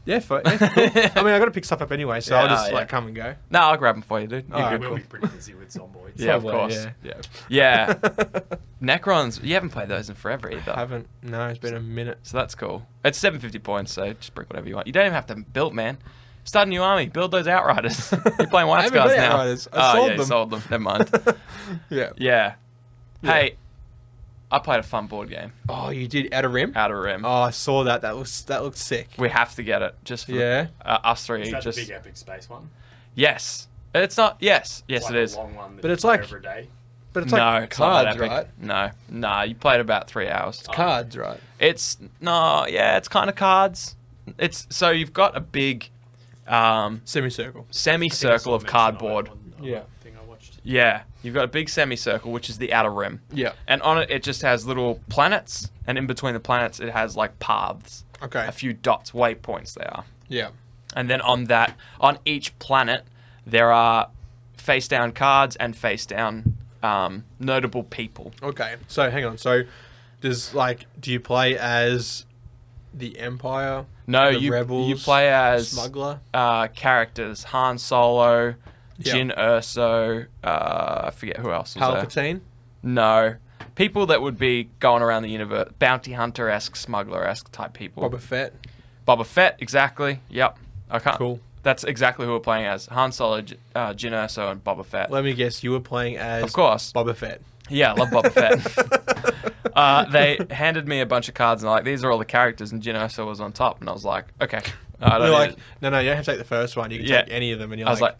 Speaker 2: Yeah, fi- yeah, cool. I mean, I got to pick stuff up anyway, so I'll
Speaker 3: Yeah,
Speaker 2: just
Speaker 3: yeah.
Speaker 2: like come and go.
Speaker 3: No, I'll grab them for you, dude. You're
Speaker 2: Alright,
Speaker 3: good.
Speaker 2: cool.
Speaker 5: We'll be pretty busy with Zomboids.
Speaker 3: Yeah, of
Speaker 2: Probably,
Speaker 3: course.
Speaker 2: Yeah,
Speaker 3: Yeah,
Speaker 2: yeah.
Speaker 3: Necrons. You haven't played those in forever either.
Speaker 2: I haven't. No, it's been a minute.
Speaker 3: So that's cool. It's 750 points, so just bring whatever you want. You don't even have to build, man. Start a new army. Build those Outriders. You're playing
Speaker 2: I
Speaker 3: White
Speaker 2: haven't
Speaker 3: Scars
Speaker 2: got
Speaker 3: now. Oh,
Speaker 2: Outriders. I sold
Speaker 3: yeah, you
Speaker 2: them.
Speaker 3: sold them. Never mind.
Speaker 2: yeah. Yeah.
Speaker 3: yeah. Hey, I played a fun board game,
Speaker 2: Oh, you did Outer Rim?
Speaker 3: Outer Rim.
Speaker 2: Oh, I saw that. That looks that looks sick.
Speaker 3: Uh, We have to get it just for
Speaker 2: Yeah.
Speaker 3: uh, us three.
Speaker 5: Is that
Speaker 3: just
Speaker 5: the big epic space one?
Speaker 3: yes. It's not. Yes. Yes,
Speaker 5: like
Speaker 3: it is.
Speaker 5: A long one that
Speaker 2: But
Speaker 5: you
Speaker 2: it's
Speaker 5: play
Speaker 2: like-
Speaker 5: over a day.
Speaker 2: But it's
Speaker 3: no,
Speaker 2: like
Speaker 3: it's not that
Speaker 2: cards,
Speaker 3: epic.
Speaker 2: right?
Speaker 3: No, nah. You played about three hours.
Speaker 2: Cards, right?
Speaker 3: It's no. Yeah, it's kind of cards. It's so you've got a big. Um,
Speaker 2: Semicircle.
Speaker 3: semicircle of cardboard.
Speaker 2: Yeah.
Speaker 5: Thing I watched.
Speaker 3: Yeah, you've got a big semicircle, which is the outer rim.
Speaker 2: Yeah.
Speaker 3: And on it, it just has little planets, and in between the planets, it has like paths,
Speaker 2: Okay.
Speaker 3: a few dots, waypoints they are.
Speaker 2: Yeah.
Speaker 3: And then on that, on each planet, there are face down cards and face down um, notable people.
Speaker 2: Okay. So hang on. So does like do you play as the Empire?
Speaker 3: No,
Speaker 2: the
Speaker 3: you
Speaker 2: rebels,
Speaker 3: you play as
Speaker 2: smuggler.
Speaker 3: uh, characters: Han Solo,
Speaker 2: Yeah.
Speaker 3: Jin Urso. Uh, I forget who else. Was there.
Speaker 2: Palpatine.
Speaker 3: No. People that would be going around the universe, bounty hunter esque, smuggler esque type people.
Speaker 2: Boba Fett.
Speaker 3: Boba Fett, exactly. Yep. I can't.
Speaker 2: Cool.
Speaker 3: That's exactly who we're playing as: Han Solo, J- uh, Jyn Erso, and Boba Fett.
Speaker 2: Let me guess. You were playing as
Speaker 3: Of course.
Speaker 2: Boba Fett.
Speaker 3: Yeah, I love Boba Fett. uh, they handed me a bunch of cards and like these are all the characters, and Jyn Erso was on top, and I was like, okay,
Speaker 2: They're
Speaker 3: I don't
Speaker 2: like,
Speaker 3: need it.
Speaker 2: no, no, you don't have to take the first one. You can
Speaker 3: Yeah.
Speaker 2: take any of them. And you're
Speaker 3: I was like,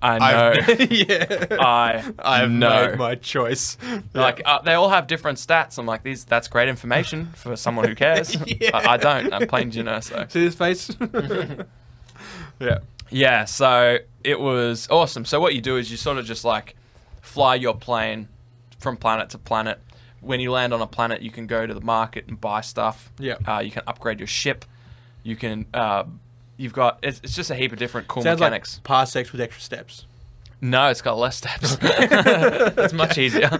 Speaker 3: I
Speaker 2: I've-
Speaker 3: know.
Speaker 2: yeah.
Speaker 3: I
Speaker 2: I've
Speaker 3: know.
Speaker 2: made my choice.
Speaker 3: Like uh, they all have different stats. I'm like, these that's great information for someone who cares.
Speaker 2: Yeah.
Speaker 3: I, I don't. I'm playing Jyn Erso.
Speaker 2: see his face. yeah.
Speaker 3: Yeah, so it was awesome. So what you do is you sort of just like fly your plane from planet to planet. When you land on a planet, you can go to the market and buy stuff.
Speaker 2: Yeah.
Speaker 3: uh, you can upgrade your ship. You can. Uh, you've got. It's, it's just a heap of different cool
Speaker 2: Sounds
Speaker 3: mechanics.
Speaker 2: like parsecs with extra steps.
Speaker 3: No, it's got less steps. it's much easier.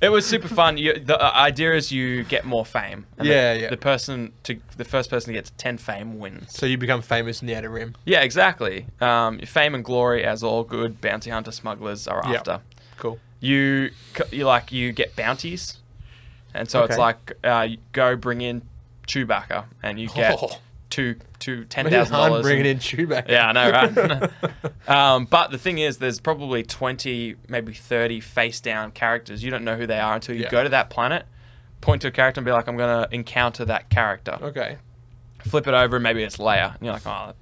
Speaker 3: it was super fun. You, the uh, idea is you get more fame. And
Speaker 2: Yeah,
Speaker 3: the,
Speaker 2: yeah.
Speaker 3: The person to the first person to get to ten fame wins.
Speaker 2: So you become famous in the outer rim.
Speaker 3: Yeah, exactly. Um, fame and glory, as all good bounty hunter smugglers are
Speaker 2: Yeah.
Speaker 3: after.
Speaker 2: Cool.
Speaker 3: You c- you like you get bounties, and so it's
Speaker 2: Okay.
Speaker 3: like uh, you go bring in Chewbacca, and you get
Speaker 2: Oh.
Speaker 3: two two ten
Speaker 2: Imagine
Speaker 3: thousand
Speaker 2: Han
Speaker 3: dollars.
Speaker 2: bringing in Chewbacca.
Speaker 3: Yeah, I know, right? um, but the thing is, there's probably 20, maybe 30 face down characters. You don't know who they are until you
Speaker 2: Yeah.
Speaker 3: go to that planet, point to a character, and be like, I'm going to encounter that character.
Speaker 2: okay.
Speaker 3: Flip it over, and maybe it's Leia. And you're like, oh.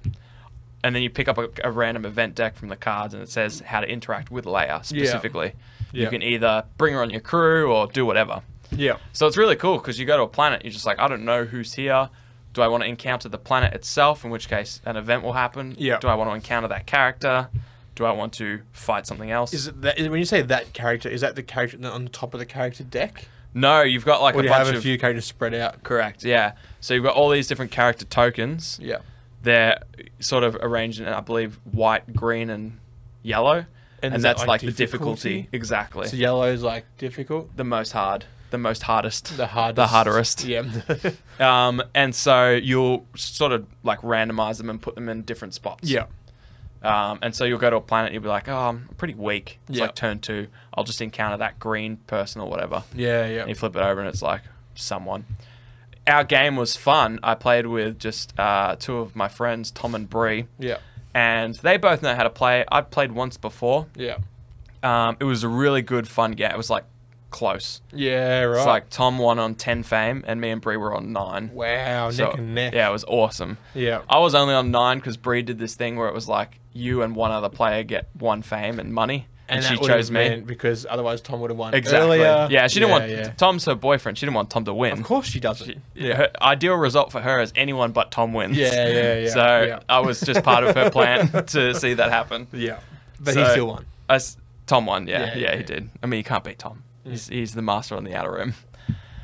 Speaker 3: And then you pick up a, a random event deck from the cards, and it says how to interact with Leia specifically.
Speaker 2: Yeah.
Speaker 3: You can either bring her on your crew or do whatever.
Speaker 2: Yeah.
Speaker 3: So it's really cool because you go to a planet, you're just like, I don't know who's here. Do I want to encounter the planet itself, in which case an event will happen?
Speaker 2: Yeah.
Speaker 3: Do I want to encounter that character? Do I want to fight something else?
Speaker 2: Is it that when you say that character? Is that the character that on the top of the character deck?
Speaker 3: no, you've got like
Speaker 2: Or
Speaker 3: a
Speaker 2: do you have
Speaker 3: bunch
Speaker 2: a
Speaker 3: of.
Speaker 2: few characters spread out?
Speaker 3: Correct, yeah. So you've got all these different character tokens.
Speaker 2: Yeah.
Speaker 3: They're sort of arranged in, I believe, white, green, and yellow. And,
Speaker 2: is that,
Speaker 3: that's
Speaker 2: like,
Speaker 3: like, the difficulty.
Speaker 2: difficulty?
Speaker 3: Exactly.
Speaker 2: So yellow is like difficult.
Speaker 3: the most hard. The most hardest.
Speaker 2: The hardest.
Speaker 3: The harderest.
Speaker 2: Yeah.
Speaker 3: Um, and so you'll sort of like randomize them and put them in different spots.
Speaker 2: yeah.
Speaker 3: Um, and so you'll go to a planet, you'll be like, oh, I'm pretty weak. It's
Speaker 2: Yeah.
Speaker 3: like turn two. I'll just encounter that green person or whatever.
Speaker 2: Yeah. Yeah.
Speaker 3: And you flip it over and it's like someone. Our game was fun. I played with just uh, two of my friends, Tom and Bree.
Speaker 2: Yeah.
Speaker 3: And they both know how to play. I'd played once before.
Speaker 2: Yeah.
Speaker 3: Um, it was a really good, fun game. It was like close.
Speaker 2: Yeah. Right.
Speaker 3: It's like Tom won on 10 fame and me and Bree were on 9.
Speaker 2: wow,
Speaker 3: So,
Speaker 2: neck and neck.
Speaker 3: Yeah, it was awesome.
Speaker 2: Yeah.
Speaker 3: I was only on nine because Bree did this thing where it was like you and one other player get one fame and money, and,
Speaker 2: that
Speaker 3: she
Speaker 2: would've
Speaker 3: chose me.
Speaker 2: meant because otherwise Tom would have won
Speaker 3: Exactly.
Speaker 2: earlier.
Speaker 3: Yeah, she didn't want
Speaker 2: yeah.
Speaker 3: Tom's her boyfriend. She didn't want Tom to win.
Speaker 2: Of course she doesn't.
Speaker 3: Yeah. Her ideal result for her is anyone but Tom wins.
Speaker 2: Yeah, yeah, yeah,
Speaker 3: So
Speaker 2: yeah.
Speaker 3: I was just part of her plan to see that happen.
Speaker 2: yeah. But he
Speaker 3: So-
Speaker 2: still won.
Speaker 3: I s- Tom won. Yeah,
Speaker 2: Yeah,
Speaker 3: yeah,
Speaker 2: yeah,
Speaker 3: he
Speaker 2: yeah. Mm.
Speaker 3: did. I mean, you can't beat Tom. He's, he's the master on the outer rim.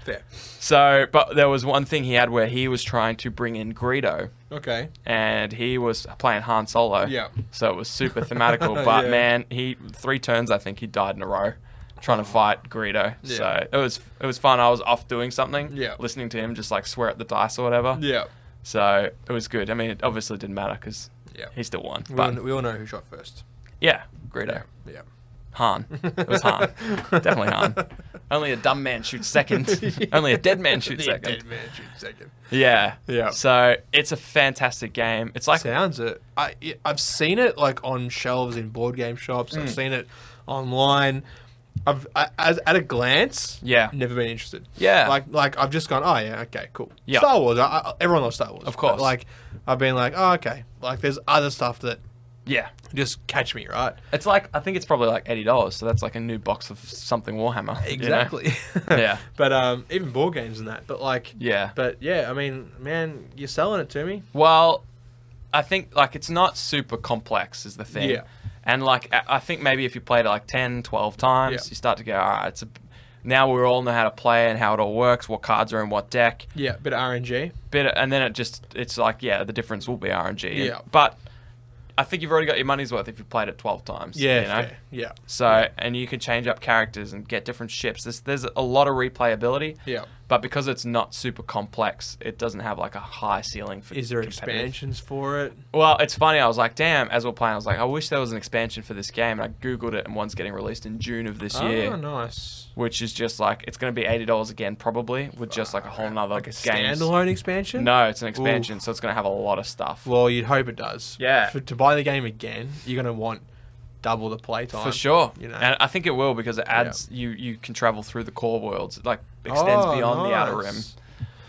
Speaker 2: Fair.
Speaker 3: So, but there was one thing he had where he was trying to bring in Greedo.
Speaker 2: Okay.
Speaker 3: and he was playing Han Solo.
Speaker 2: Yeah.
Speaker 3: So it was super thematical. But
Speaker 2: Yeah.
Speaker 3: man, he three turns I think he died in a row trying to fight Greedo.
Speaker 2: Yeah.
Speaker 3: So it was it was fun. I was off doing something.
Speaker 2: Yeah.
Speaker 3: Listening to him just like swear at the dice or whatever.
Speaker 2: Yeah.
Speaker 3: So it was good. I mean, it obviously didn't matter because
Speaker 2: Yeah.
Speaker 3: he still won.
Speaker 2: We all,
Speaker 3: But
Speaker 2: we all know who shot first.
Speaker 3: yeah, Greedo.
Speaker 2: Yeah.
Speaker 3: Han. It was Han. Definitely Han. Only a dumb man shoots second. Only a dead man shoots
Speaker 2: Yeah,
Speaker 3: second.
Speaker 2: dead man shoots second.
Speaker 3: Yeah.
Speaker 2: Yeah.
Speaker 3: So it's a fantastic game. It's like
Speaker 2: Sounds it. I it- I've seen it like on shelves in board game shops.
Speaker 3: Hmm.
Speaker 2: I've seen it online. I've I, as at a glance,
Speaker 3: Yeah.
Speaker 2: never been interested.
Speaker 3: Yeah.
Speaker 2: like like I've just gone. Oh yeah, okay, cool.
Speaker 3: Yeah.
Speaker 2: Star Wars. I, I, everyone loves Star Wars,
Speaker 3: Of course.
Speaker 2: But, like I've been like, oh okay. Like there's other stuff that
Speaker 3: yeah.
Speaker 2: just catch me right.
Speaker 3: It's like I think it's probably like eighty dollars, so that's like a new box of something Warhammer. you know?
Speaker 2: Exactly.
Speaker 3: Yeah.
Speaker 2: But um, even board games and that. But like.
Speaker 3: Yeah. But
Speaker 2: But yeah, I mean, man, you're selling it to me.
Speaker 3: well, I think like it's not super complex is the thing.
Speaker 2: Yeah.
Speaker 3: And like I I think maybe if you played it like 10, 12 times,
Speaker 2: Yeah.
Speaker 3: you start to go, all right, it's a. Now we all know how to play and how it all works, what cards are in what deck.
Speaker 2: Yeah, bit of RNG.
Speaker 3: Bit and then it just it's like yeah, the difference will be RNG.
Speaker 2: Yeah.
Speaker 3: But I think you've already got your money's worth if you played it twelve times.
Speaker 2: Yeah,
Speaker 3: You know?
Speaker 2: fair. yeah,
Speaker 3: So, and you can change up characters and get different ships. There's, there's a lot of replayability.
Speaker 2: Yeah.
Speaker 3: But because it's not super complex, it doesn't have like a high ceiling for.
Speaker 2: Is there
Speaker 3: competitive.
Speaker 2: expansions for it?
Speaker 3: Well, it's funny. I was like, damn. As we're playing, I was like, I wish there was an expansion for this game. And I googled it, and one's getting released in June of this
Speaker 2: Oh,
Speaker 3: year,
Speaker 2: nice.
Speaker 3: which is just like it's going to be eighty dollars again, probably, with just like a whole nother
Speaker 2: like a
Speaker 3: game.
Speaker 2: standalone expansion?
Speaker 3: No, it's an expansion, so it's going to have a lot of stuff.
Speaker 2: Well, you'd hope it does.
Speaker 3: Yeah.
Speaker 2: For, to buy the game again, you're going to want double the playtime.
Speaker 3: For sure,
Speaker 2: You know.
Speaker 3: and I think it will because it adds you. You can travel through the core worlds, it like extends
Speaker 2: Oh,
Speaker 3: beyond the outer rim.
Speaker 2: nice.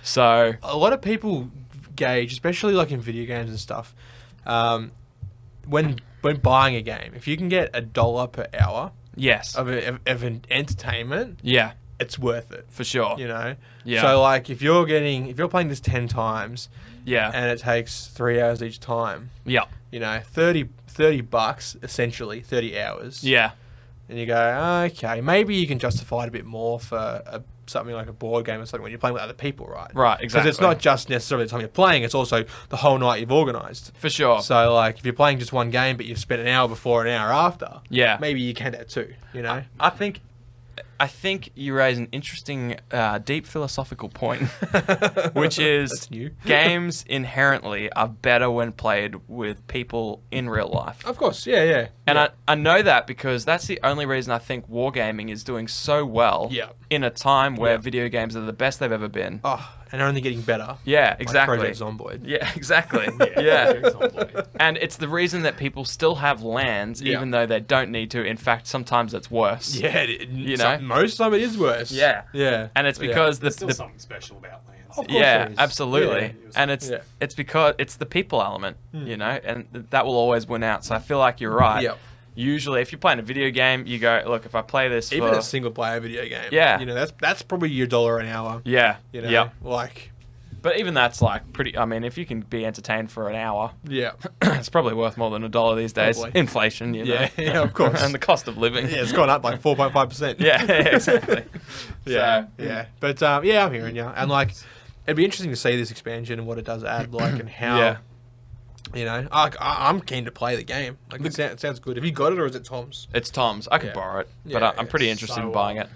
Speaker 3: So
Speaker 2: A lot of people gauge, especially like in video games and stuff, um, when when buying a game, if you can get a dollar per hour
Speaker 3: yes,
Speaker 2: of, a, of, of an entertainment,
Speaker 3: yeah,
Speaker 2: it's worth it.
Speaker 3: for sure.
Speaker 2: You know.
Speaker 3: Yeah.
Speaker 2: So like, if you're getting, if you're playing this ten times,
Speaker 3: yeah,
Speaker 2: and it takes three hours each time,
Speaker 3: yeah,
Speaker 2: you know, 30, 30 bucks essentially, thirty hours.
Speaker 3: yeah,
Speaker 2: and you go, okay, maybe you can justify it a bit more for a, something like a board game or something when you're playing with other people, right?
Speaker 3: Right,
Speaker 2: Because it's
Speaker 3: exactly.
Speaker 2: not just necessarily the time you're playing; it's also the whole night you've organised.
Speaker 3: for sure.
Speaker 2: So, like, if you're playing just one game, but you've spent an hour before, an hour after,
Speaker 3: Yeah.
Speaker 2: maybe you can do that too. You know,
Speaker 3: I think, I think you raise an interesting, uh, deep philosophical point, which is
Speaker 2: That's new.
Speaker 3: games inherently are better when played with people in real life.
Speaker 2: of course, yeah, yeah,
Speaker 3: And
Speaker 2: Oh, yeah.
Speaker 3: I, I know that because that's the only reason I think wargaming is doing so well
Speaker 2: Yeah.
Speaker 3: in a time where
Speaker 2: Yeah.
Speaker 3: video games are the best they've ever been.
Speaker 2: oh, and only getting better.
Speaker 3: yeah,
Speaker 2: Like
Speaker 3: exactly.
Speaker 2: Project Zomboid.
Speaker 3: Yeah, exactly.
Speaker 5: Yeah.
Speaker 3: yeah.
Speaker 5: Zomboid.
Speaker 3: And it's the reason that people still have lands,
Speaker 2: Yeah.
Speaker 3: even though they don't need to. In fact, sometimes it's worse.
Speaker 2: Yeah, it, you
Speaker 3: know?
Speaker 2: most time it is worse.
Speaker 3: Yeah.
Speaker 2: yeah,
Speaker 3: And it's
Speaker 2: Yeah.
Speaker 3: because
Speaker 5: There's
Speaker 3: the,
Speaker 5: still
Speaker 3: the Oh.
Speaker 5: something special about lands.
Speaker 2: Of course
Speaker 3: yeah,
Speaker 2: there is.
Speaker 3: absolutely.
Speaker 2: Yeah.
Speaker 3: And it's
Speaker 2: Yeah. Hmm.
Speaker 3: it's because it's the people element, you know, and th- that will always win out. So I feel like you're right.
Speaker 2: Yep.
Speaker 3: Usually, if you're playing a video game, you go, look, if I play this,
Speaker 2: even
Speaker 3: for,
Speaker 2: a single player video game.
Speaker 3: Yeah.
Speaker 2: you know that's that's probably your dollar an hour.
Speaker 3: yeah,
Speaker 2: You know,
Speaker 3: yeah.
Speaker 2: like
Speaker 3: But even that's like pretty. I mean, if you can be entertained for an hour,
Speaker 2: yeah,
Speaker 3: it's probably worth more than a dollar these days.
Speaker 2: Probably.
Speaker 3: Inflation, you know,
Speaker 2: Yeah, yeah, of course.
Speaker 3: and the cost of living.
Speaker 2: yeah, it's gone up by four point five percent.
Speaker 3: yeah, yeah, exactly.
Speaker 2: yeah,
Speaker 3: So- Mm.
Speaker 2: yeah. But um, yeah, I'm hearing you, and like it'd be interesting to see this expansion and what it does add, like, and how.
Speaker 3: Yeah.
Speaker 2: You know, I, I, I'm keen to play the game. Like, it, sound, it sounds good. Have you got it or is it Tom's?
Speaker 3: It's Tom's. I could
Speaker 2: Yeah.
Speaker 3: borrow it,
Speaker 2: Yeah,
Speaker 3: but I, I'm
Speaker 2: yeah.
Speaker 3: pretty interested
Speaker 5: So,
Speaker 3: in buying
Speaker 5: uh,
Speaker 3: it.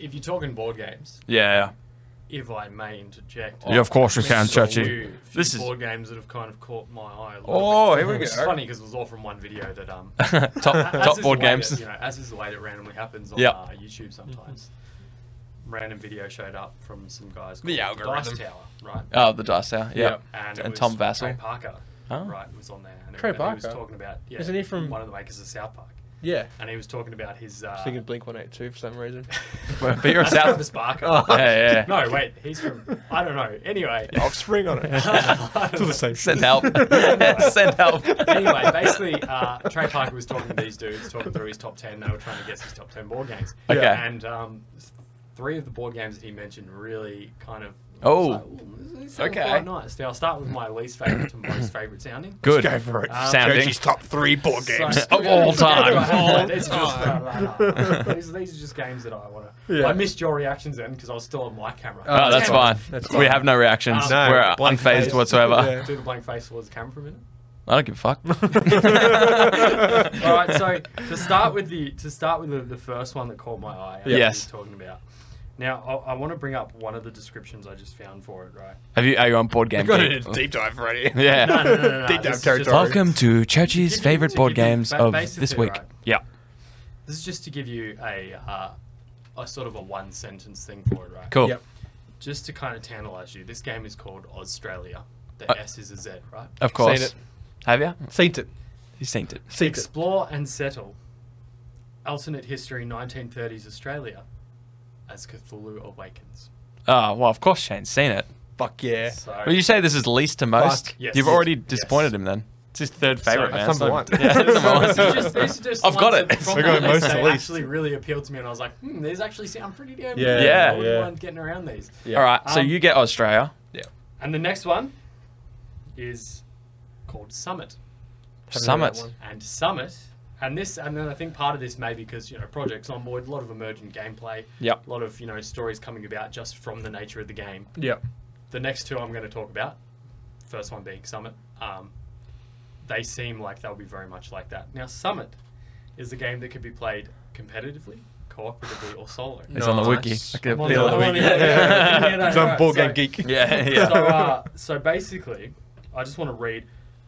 Speaker 5: If you're talking board games,
Speaker 3: Yeah.
Speaker 5: if I may interject,
Speaker 3: Yeah, of course you
Speaker 5: there's
Speaker 3: can,
Speaker 5: so
Speaker 3: Chachi.
Speaker 5: few- few
Speaker 3: This is-
Speaker 5: board games that have kind of caught my eye. A little
Speaker 3: Oh, here we
Speaker 5: bit. It's
Speaker 3: go.
Speaker 5: funny because it was all from one video that um
Speaker 3: top
Speaker 5: as
Speaker 3: top
Speaker 5: is
Speaker 3: board
Speaker 5: the way
Speaker 3: games.
Speaker 5: That, you know, as is the way that randomly happens on
Speaker 3: Yep. Mm-hmm.
Speaker 5: uh, YouTube sometimes. Random video showed up from some guys
Speaker 2: The
Speaker 5: called
Speaker 2: algorithm.
Speaker 5: Dice Tower, right?
Speaker 3: Oh, the dice tower. Yeah.
Speaker 2: Yeah.
Speaker 5: and, it
Speaker 3: And
Speaker 5: was
Speaker 3: Tom
Speaker 5: Trey
Speaker 3: Vassell.
Speaker 5: Parker,
Speaker 3: Oh.
Speaker 5: right, was on there. And
Speaker 2: Trey
Speaker 5: and He was
Speaker 2: Parker?
Speaker 5: talking about, yeah,
Speaker 2: Isn't he from-
Speaker 5: one of the makers of South Park?
Speaker 2: Yeah.
Speaker 5: And he was talking about his. Uh,
Speaker 2: I was thinking Blink 182 for some reason.
Speaker 3: But you're a
Speaker 5: That's
Speaker 3: South.
Speaker 5: Travis Barker.
Speaker 2: Oh.
Speaker 3: Yeah, yeah. yeah.
Speaker 5: No, wait, he's from. I don't know. Anyway.
Speaker 2: I'll spring on it.
Speaker 3: Oh.
Speaker 5: I don't
Speaker 2: Still
Speaker 5: know.
Speaker 2: the same
Speaker 3: Send
Speaker 2: shit.
Speaker 3: help. Send help.
Speaker 5: anyway, basically, uh, Trey Parker was talking to these dudes, talking through his top 10. They were trying to guess his top 10 board games.
Speaker 3: Okay.
Speaker 5: And um, three of the board games that he mentioned really kind of.
Speaker 3: Oh.
Speaker 5: I was like, "Ooh, this- this sounds
Speaker 3: Okay.
Speaker 5: Quite nice. Now, I'll start with my least favorite to most favorite sounding.
Speaker 3: Good.
Speaker 2: Go for it.
Speaker 5: Um,
Speaker 3: Sounding.
Speaker 2: Churchy's top three board games.
Speaker 5: So-
Speaker 3: Of all time. All
Speaker 5: It's just, these, these are just games that I want to.
Speaker 2: Yeah.
Speaker 5: I missed your reactions then because I was still on my camera.
Speaker 3: Oh, that's
Speaker 5: Camera.
Speaker 3: fine.
Speaker 2: That's
Speaker 3: We
Speaker 2: fine.
Speaker 3: have no reactions.
Speaker 5: Um,
Speaker 2: No,
Speaker 3: We're
Speaker 2: blank
Speaker 3: unfazed
Speaker 2: face.
Speaker 3: whatsoever.
Speaker 2: Yeah.
Speaker 5: Do the blank face towards the camera for a minute.
Speaker 3: I don't give a fuck.
Speaker 5: All right, so to start with the to start with the, the first one that caught my eye. I was
Speaker 3: Yes.
Speaker 5: talking about. Now I, I want to bring up one of the descriptions I just found for it. Right.
Speaker 3: Have you? Are you on board game?
Speaker 2: We've got
Speaker 3: Geek?
Speaker 2: a deep dive already.
Speaker 3: Yeah.
Speaker 5: No, no, no, no, no,
Speaker 2: Deep dive
Speaker 5: this is just-
Speaker 2: territory.
Speaker 3: Welcome to Churchy's
Speaker 5: Give you-
Speaker 3: favorite
Speaker 5: give
Speaker 3: board
Speaker 5: you-
Speaker 3: games
Speaker 5: ba-
Speaker 3: of
Speaker 5: basically,
Speaker 3: this week.
Speaker 5: right.
Speaker 3: Yeah.
Speaker 5: This is just to give you a uh, a sort of a one sentence thing for it. Right.
Speaker 3: Cool.
Speaker 2: Yep.
Speaker 5: Just to kind of tantalize you, this game is called Australia. The
Speaker 3: Uh,
Speaker 5: S is a Z, right?
Speaker 3: Of course.
Speaker 2: it.
Speaker 3: Have you?
Speaker 2: Seen it.
Speaker 3: You seen it?
Speaker 2: Seen it.
Speaker 5: Explore and settle. Alternate history, 1930s Australia, as Cthulhu awakens.
Speaker 3: Oh well, of course Shane's seen it.
Speaker 2: Fuck yeah.
Speaker 5: So,
Speaker 3: Well, you say this is least to most.
Speaker 2: Fuck.
Speaker 5: Yes.
Speaker 3: You've already
Speaker 5: Yes.
Speaker 3: disappointed him then. It's his third favorite, man.
Speaker 2: That's number
Speaker 3: So-
Speaker 2: one.
Speaker 3: Yeah, it's number one.
Speaker 5: These are just- these are just
Speaker 3: I've got
Speaker 5: ones
Speaker 3: it.
Speaker 5: that From
Speaker 2: I got
Speaker 5: the list,
Speaker 2: most
Speaker 5: they
Speaker 2: least.
Speaker 5: actually really appealed to me, and I was like, hmm, these actually sound pretty damn
Speaker 2: Yeah,
Speaker 5: good.
Speaker 3: Yeah.
Speaker 5: I wouldn't
Speaker 2: yeah.
Speaker 5: mind getting around these.
Speaker 2: Yeah.
Speaker 3: All right, so
Speaker 5: Um,
Speaker 3: you get Australia.
Speaker 2: Yeah.
Speaker 5: And the next one is called Summit.
Speaker 3: Summit.
Speaker 5: And Summit, and this, and then I think part of this may be because, you know, projects on board, a lot of emergent gameplay,
Speaker 3: Yep.
Speaker 5: a lot of, you know, stories coming about just from the nature of the game.
Speaker 2: Yeah.
Speaker 5: The next two I'm going to talk about, first one being Summit, um, they seem like they'll be very much like that. Now, Summit is a game that can be played competitively, cooperatively, or solo.
Speaker 3: It's on the
Speaker 2: Nice.
Speaker 3: wiki. I can
Speaker 5: I'm on
Speaker 3: feel
Speaker 5: the-
Speaker 3: the
Speaker 5: I'm on
Speaker 3: wiki.
Speaker 5: the- yeah, yeah, yeah,
Speaker 2: Some
Speaker 5: right,
Speaker 2: board
Speaker 5: so-
Speaker 2: game geek.
Speaker 3: Yeah,
Speaker 5: So,
Speaker 3: yeah.
Speaker 5: uh, so basically, I just want to read.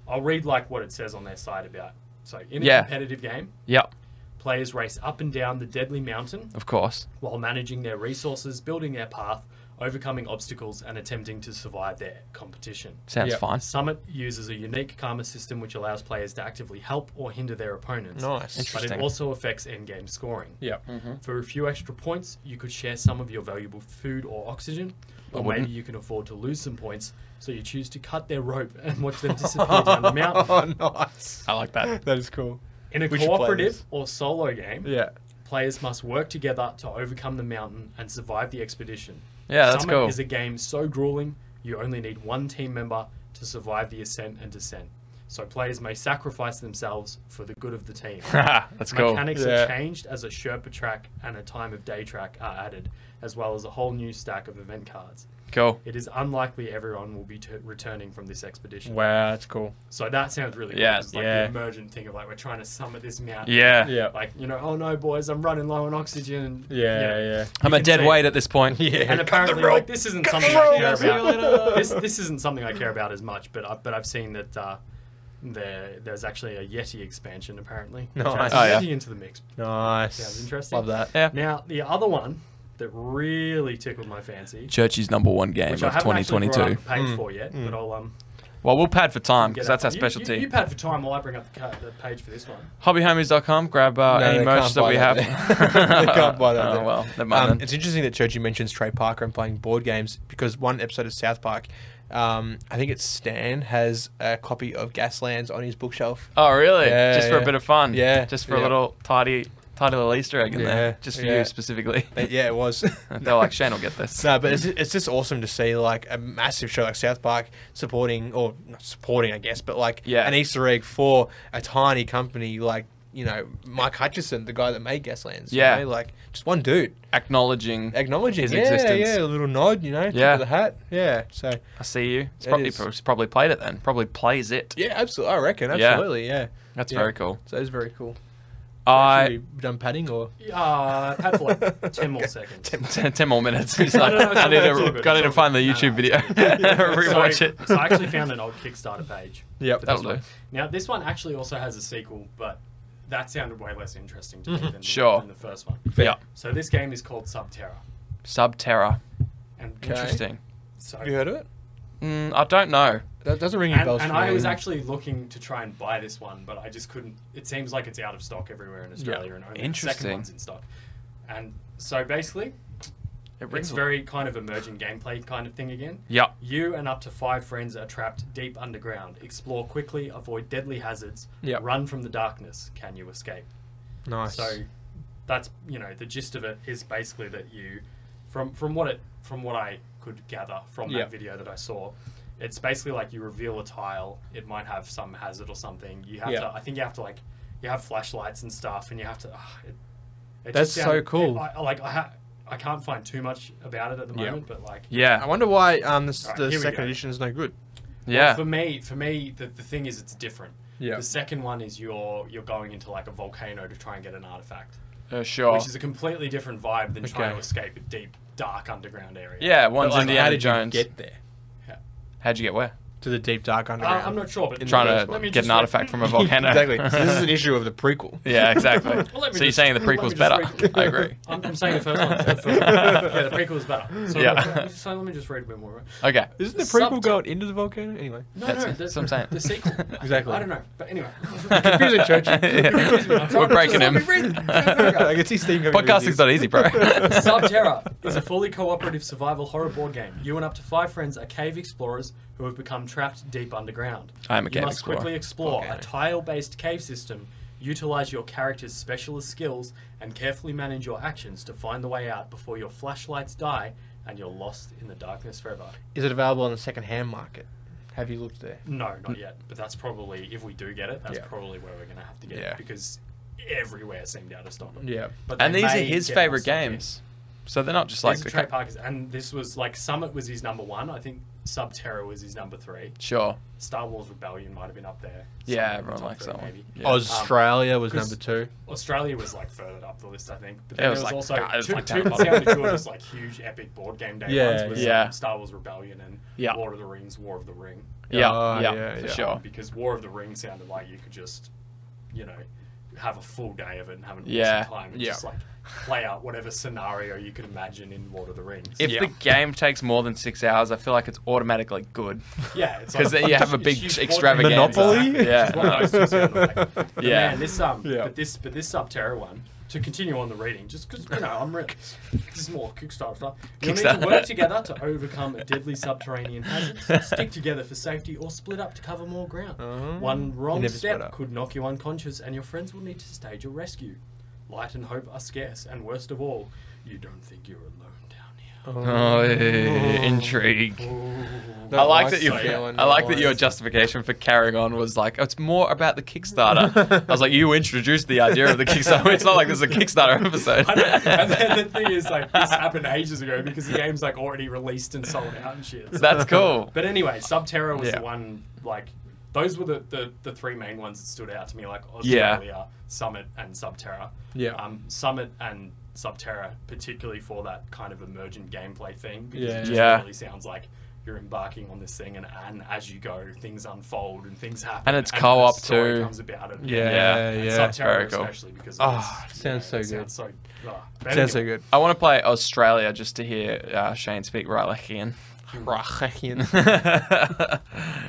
Speaker 5: I'll read like what it says on their site about. So, in a
Speaker 3: Yeah.
Speaker 5: competitive game,
Speaker 3: Yep,
Speaker 5: players race up and down the deadly mountain
Speaker 3: of course.
Speaker 5: while managing their resources, building their path, overcoming obstacles, and attempting to survive their competition.
Speaker 3: Sounds
Speaker 2: Yep.
Speaker 3: fine.
Speaker 5: Summit uses a unique karma system which allows players to actively help or hinder their opponents.
Speaker 2: Nice.
Speaker 5: But
Speaker 3: Interesting.
Speaker 5: it also affects endgame scoring.
Speaker 2: Yeah.
Speaker 5: For a few extra points, you could share some of your valuable food or oxygen, or
Speaker 3: wouldn't.
Speaker 5: maybe you can afford to lose some points, so you choose to cut their rope and watch them disappear down the mountain.
Speaker 2: Oh, nice.
Speaker 3: I like that.
Speaker 2: That is cool.
Speaker 5: In a
Speaker 2: We should play
Speaker 5: cooperative
Speaker 2: this.
Speaker 5: or solo game,
Speaker 2: Yeah.
Speaker 5: players must work together to overcome the mountain and survive the expedition.
Speaker 3: Yeah, that's
Speaker 5: Summit
Speaker 3: cool.
Speaker 5: is a game so grueling, you only need one team member to survive the ascent and descent. so players may sacrifice themselves for the good of the team.
Speaker 3: That's cool.
Speaker 5: Mechanics
Speaker 2: Yeah.
Speaker 5: are changed as a Sherpa track and a time of day track are added, as well as a whole new stack of event cards.
Speaker 3: Cool.
Speaker 5: It is unlikely everyone will be t- returning from this expedition.
Speaker 2: Wow, that's cool.
Speaker 5: So that sounds really
Speaker 3: Yeah,
Speaker 5: cool. It's like
Speaker 2: yeah.
Speaker 5: the emergent thing of like we're trying to summit this mountain.
Speaker 3: Yeah.
Speaker 2: Yeah.
Speaker 5: Like you know, oh no, boys, I'm running low on oxygen. And, you
Speaker 2: Yeah,
Speaker 5: know,
Speaker 2: yeah.
Speaker 3: I'm a
Speaker 5: can
Speaker 3: dead
Speaker 5: say-
Speaker 3: weight at this point.
Speaker 2: Yeah.
Speaker 5: And
Speaker 2: Cut the
Speaker 5: apparently,
Speaker 2: rope.
Speaker 5: like this isn't something
Speaker 2: the rope.
Speaker 5: I care
Speaker 2: See you
Speaker 5: about. this this isn't something I care about as much. But I, but I've seen that uh, there there's actually a Yeti expansion apparently. which
Speaker 2: Nice.
Speaker 5: adds
Speaker 3: Oh, yeah.
Speaker 5: Yeti into the mix.
Speaker 2: Nice.
Speaker 5: Sounds interesting.
Speaker 2: Love that.
Speaker 3: Yeah.
Speaker 5: Now the other one that really tickled my fancy,
Speaker 3: Churchy's number one game
Speaker 5: which I
Speaker 3: of
Speaker 5: haven't 2022.
Speaker 3: 2022.
Speaker 5: actually brought up
Speaker 2: Hmm.
Speaker 5: the page for yet, but I'll um
Speaker 3: Well, we'll pad for time
Speaker 5: get
Speaker 3: because
Speaker 5: that-
Speaker 3: that's our
Speaker 5: you-
Speaker 3: specialty.
Speaker 5: You, you pad for time while I bring up the, ca- the page for this one.
Speaker 3: Hobbyhomies.com. Grab uh,
Speaker 2: No,
Speaker 3: any
Speaker 2: they
Speaker 3: merch
Speaker 2: can't
Speaker 3: that
Speaker 2: buy
Speaker 3: we have.
Speaker 2: that there. They can't buy that
Speaker 3: Oh,
Speaker 2: there.
Speaker 3: well, never mind.
Speaker 2: Um,
Speaker 3: then.
Speaker 2: it's interesting that Churchy mentions Trey Parker and playing board games because one episode of South Park, um, I think it's Stan, has a copy of Gaslands on his bookshelf.
Speaker 3: Oh, really?
Speaker 2: Yeah,
Speaker 3: just for
Speaker 2: yeah.
Speaker 3: a bit of fun.
Speaker 2: Yeah,
Speaker 3: Just for a
Speaker 2: yeah.
Speaker 3: little tidy, tidy little Easter egg in
Speaker 2: Yeah,
Speaker 3: there, just for
Speaker 2: yeah.
Speaker 3: you specifically.
Speaker 2: But yeah, it was.
Speaker 3: They're like, Shane will get this.
Speaker 2: No, but it's, it's just awesome to see like a massive show like South Park supporting or not supporting, I guess, but like
Speaker 3: Yeah.
Speaker 2: an Easter egg for a tiny company like you know Mike Hutchison, the guy that made Gaslands. you
Speaker 3: Yeah.
Speaker 2: know, like just one dude
Speaker 3: Acknowledging,
Speaker 2: acknowledging
Speaker 3: His
Speaker 2: yeah,
Speaker 3: existence.
Speaker 2: Yeah, a little nod, you know, tip
Speaker 3: Yeah.
Speaker 2: of the hat. Yeah, so
Speaker 3: I see you. It's
Speaker 2: It
Speaker 3: probably,
Speaker 2: is.
Speaker 3: it's probably played it then. Probably plays it.
Speaker 2: yeah, absolutely. I reckon
Speaker 3: Yeah.
Speaker 2: absolutely. Yeah,
Speaker 3: That's
Speaker 2: Yeah.
Speaker 3: very cool.
Speaker 2: so it's very cool.
Speaker 3: I
Speaker 2: Should we done padding or
Speaker 5: Uh, pad for like ten more seconds.
Speaker 3: ten, ten more minutes. He's
Speaker 5: No,
Speaker 3: like,
Speaker 5: no, no, it's
Speaker 3: I
Speaker 5: all
Speaker 3: need
Speaker 5: good, it's all
Speaker 3: to,
Speaker 5: good,
Speaker 3: got
Speaker 5: it's
Speaker 3: to
Speaker 5: all
Speaker 3: find the
Speaker 5: good.
Speaker 3: YouTube
Speaker 5: No,
Speaker 3: video, rewatch
Speaker 5: so,
Speaker 3: it.
Speaker 5: So I actually found an old Kickstarter page.
Speaker 2: Yep.
Speaker 5: for
Speaker 3: That'll
Speaker 5: this one.
Speaker 3: do.
Speaker 5: Now this one actually also has a sequel, but that sounded way less interesting to me than, the-
Speaker 3: Mm-hmm. Sure.
Speaker 5: than the first one.
Speaker 3: Yeah.
Speaker 5: So this game is called Subterra.
Speaker 3: Subterra.
Speaker 5: And
Speaker 3: Interesting.
Speaker 5: So,
Speaker 2: have you heard of it?
Speaker 3: Mm, I don't know.
Speaker 2: That doesn't ring any
Speaker 5: and,
Speaker 2: bells.
Speaker 5: and
Speaker 2: for
Speaker 5: I
Speaker 2: me.
Speaker 5: was actually looking to try and buy this one, but I just couldn't. It seems like it's out of stock everywhere in Australia, and only the
Speaker 3: Interesting.
Speaker 5: second one's in stock. And so basically,
Speaker 3: It
Speaker 5: it's
Speaker 3: rings a-
Speaker 5: very kind of emergent gameplay kind of thing again.
Speaker 3: Yeah.
Speaker 5: You and up to five friends are trapped deep underground. Explore quickly, avoid deadly hazards,
Speaker 2: Yep.
Speaker 5: run from the darkness. Can you escape?
Speaker 2: nice.
Speaker 5: So that's you know the gist of it is basically that you, from from what it from what I could gather from
Speaker 2: Yeah.
Speaker 5: that video that I saw, it's basically like you reveal a tile. It might have some hazard or something. You have
Speaker 2: Yeah.
Speaker 5: to. I think you have to like you have flashlights and stuff, and you have to. ah, it, it
Speaker 2: That's
Speaker 5: just
Speaker 2: so
Speaker 5: sounded-
Speaker 2: cool.
Speaker 5: I, I- like I ha- I can't find too much about it at the
Speaker 2: Yeah.
Speaker 5: moment, but like
Speaker 2: I
Speaker 3: Yeah.
Speaker 2: wonder why um this,
Speaker 5: Alright,
Speaker 2: the
Speaker 5: here we
Speaker 2: second
Speaker 5: go.
Speaker 2: edition is no good.
Speaker 5: Well,
Speaker 3: Yeah.
Speaker 5: for me, for me, the, the thing is, it's different.
Speaker 2: Yeah.
Speaker 5: The second one is you're you're going into like a volcano to try and get an artifact,
Speaker 3: Uh, sure.
Speaker 5: which is a completely different vibe than trying
Speaker 2: Okay.
Speaker 5: to escape a deep, dark underground area.
Speaker 3: Yeah, one's
Speaker 2: Like, how
Speaker 3: Indiana
Speaker 2: did you
Speaker 3: Jones.
Speaker 2: get there
Speaker 3: How'd you get where?
Speaker 2: to the deep dark underground?
Speaker 5: I, Uh, I'm not sure, but
Speaker 3: Trying
Speaker 5: let
Speaker 3: to
Speaker 5: me
Speaker 3: get
Speaker 5: just
Speaker 3: an
Speaker 5: re-
Speaker 3: artifact from a volcano.
Speaker 2: exactly. So this is an issue of the prequel.
Speaker 3: Yeah, exactly.
Speaker 5: Well, let me
Speaker 3: so you're
Speaker 5: just-
Speaker 3: saying the
Speaker 5: let me
Speaker 3: prequel's
Speaker 5: just
Speaker 3: better?
Speaker 5: read-
Speaker 3: I agree.
Speaker 5: I'm, I'm saying the first one. The first, yeah, the prequel's better. So,
Speaker 3: Yeah.
Speaker 5: let me- so let me just read a bit more. Right?
Speaker 3: Okay.
Speaker 2: Isn't the
Speaker 5: Sub-
Speaker 2: prequel going into the volcano anyway?
Speaker 5: No,
Speaker 3: That's-
Speaker 5: no,
Speaker 3: that's
Speaker 5: the-
Speaker 3: what I'm saying.
Speaker 5: The sequel.
Speaker 2: Exactly.
Speaker 5: I don't know, but anyway.
Speaker 2: Confusing Churchy.
Speaker 5: I'm
Speaker 3: We're
Speaker 5: trying to-
Speaker 3: breaking
Speaker 5: let
Speaker 3: him.
Speaker 5: me read-
Speaker 2: I can see Steam coming.
Speaker 3: Podcasting's not easy, bro.
Speaker 5: Subterra is a fully cooperative survival horror board game. You and up to five friends are cave explorers who have become trapped deep underground.
Speaker 3: I am a
Speaker 5: You
Speaker 3: cave
Speaker 5: must
Speaker 3: explorer.
Speaker 5: quickly explore
Speaker 2: Okay.
Speaker 5: a tile-based cave system, utilize your character's specialist skills, and carefully manage your actions to find the way out before your flashlights die and you're lost in the darkness forever.
Speaker 2: Is it available on the second-hand market? Have you looked there?
Speaker 5: No,
Speaker 3: Hmm.
Speaker 5: not yet. But that's probably if we do get it, that's
Speaker 2: Yeah.
Speaker 5: probably where we're going to have to get
Speaker 2: Yeah.
Speaker 5: it because everywhere seemed out of stock.
Speaker 2: Yeah.
Speaker 5: But
Speaker 3: and
Speaker 5: they
Speaker 3: these are
Speaker 5: may
Speaker 3: his
Speaker 5: get more
Speaker 3: favorite
Speaker 5: stuff in.
Speaker 3: games. So they're not just
Speaker 5: like
Speaker 3: like
Speaker 5: these
Speaker 3: the
Speaker 5: are Trey
Speaker 3: ca-
Speaker 5: Parker's, and this was like Summit was his number one. I think Subterra was his number three.
Speaker 3: Sure.
Speaker 5: Star Wars Rebellion might have been up there.
Speaker 3: Yeah,
Speaker 5: Somewhere in the
Speaker 3: everyone
Speaker 5: top
Speaker 3: likes
Speaker 5: three,
Speaker 3: that one.
Speaker 5: maybe.
Speaker 3: Yeah.
Speaker 2: Australia was
Speaker 5: 'cause-
Speaker 2: number two.
Speaker 5: Australia was like further up the list, I think. But
Speaker 3: Yeah,
Speaker 5: then
Speaker 3: it was
Speaker 5: there was
Speaker 3: like-
Speaker 5: also
Speaker 3: God, it was
Speaker 5: two,
Speaker 3: like
Speaker 5: two
Speaker 3: down
Speaker 5: that
Speaker 3: the bottom.
Speaker 5: sounded good was like huge epic board game day
Speaker 2: Yeah,
Speaker 5: ones was
Speaker 3: yeah.
Speaker 5: um, Star Wars Rebellion and
Speaker 3: Yeah.
Speaker 5: Lord of the Rings, War of the Ring.
Speaker 3: Yeah,
Speaker 2: Oh,
Speaker 3: yeah,
Speaker 2: yeah,
Speaker 3: for
Speaker 2: yeah.
Speaker 3: sure.
Speaker 5: Because War of the Ring sounded like you could just, you know, have a full day of it and have an
Speaker 3: Yeah,
Speaker 5: awesome time and
Speaker 2: yeah.
Speaker 5: just like play out whatever scenario you could imagine in Lord of the Rings.
Speaker 3: If
Speaker 2: Yeah.
Speaker 3: the game takes more than six hours, I feel like it's automatically good.
Speaker 5: Yeah, it's
Speaker 3: 'Cause
Speaker 5: like-
Speaker 3: then you have a
Speaker 5: it's
Speaker 3: big
Speaker 5: huge
Speaker 3: extravaganza.
Speaker 5: board games,
Speaker 2: Monopoly?
Speaker 5: exactly.
Speaker 3: Yeah.
Speaker 5: It's just one of those things, you know, like- but
Speaker 3: Yeah.
Speaker 5: Man, this um,
Speaker 2: Yeah.
Speaker 5: but this but this Subterra one. To continue on the reading, just because you know I'm really this is more Kickstarter stuff. You'll need
Speaker 3: Kickstarter.
Speaker 5: to work together to overcome a deadly subterranean hazard. Stick together for safety, or split up to cover more ground.
Speaker 3: Uh-huh.
Speaker 5: One
Speaker 2: You
Speaker 5: wrong
Speaker 2: never split
Speaker 5: step
Speaker 2: up.
Speaker 5: could knock you unconscious, and your friends will need to stage a rescue. Light and hope are scarce, and worst of all, you don't think you're alone down here.
Speaker 3: Oh, intrigue. I like that you. I like that your justification for carrying on was like it's more about the Kickstarter. I was like, you introduced the idea of the Kickstarter. It's not like this is a Kickstarter episode.
Speaker 5: I know, and then the thing is, like, this happened ages ago because the game's like already released and sold out and shit. So-
Speaker 3: That's cool.
Speaker 5: But anyway, Subterra was
Speaker 3: Yeah.
Speaker 5: the one like those were the, the, the three main ones that stood out to me like
Speaker 3: Yeah.
Speaker 5: Australia, Summit, and Subterra.
Speaker 2: Yeah.
Speaker 5: Um, Summit and Subterra, particularly for that kind of emergent gameplay thing, because
Speaker 2: Yeah.
Speaker 5: it just
Speaker 3: Yeah.
Speaker 5: really sounds like you're embarking on this thing, and, and as you go, things unfold and things happen,
Speaker 3: And it's
Speaker 5: a
Speaker 3: co-op
Speaker 5: story
Speaker 3: too.
Speaker 5: Comes about it.
Speaker 2: Yeah,
Speaker 3: Yeah.
Speaker 5: And
Speaker 2: yeah.
Speaker 5: Subterra
Speaker 3: very cool.
Speaker 5: especially because
Speaker 2: Ah,
Speaker 5: it's,
Speaker 2: it sounds so
Speaker 5: it
Speaker 2: good.
Speaker 5: Sounds so, ah. But
Speaker 2: Sounds so
Speaker 5: anyway,
Speaker 2: good.
Speaker 3: I want to play Australia just to hear uh, Shane speak Rylachian. you got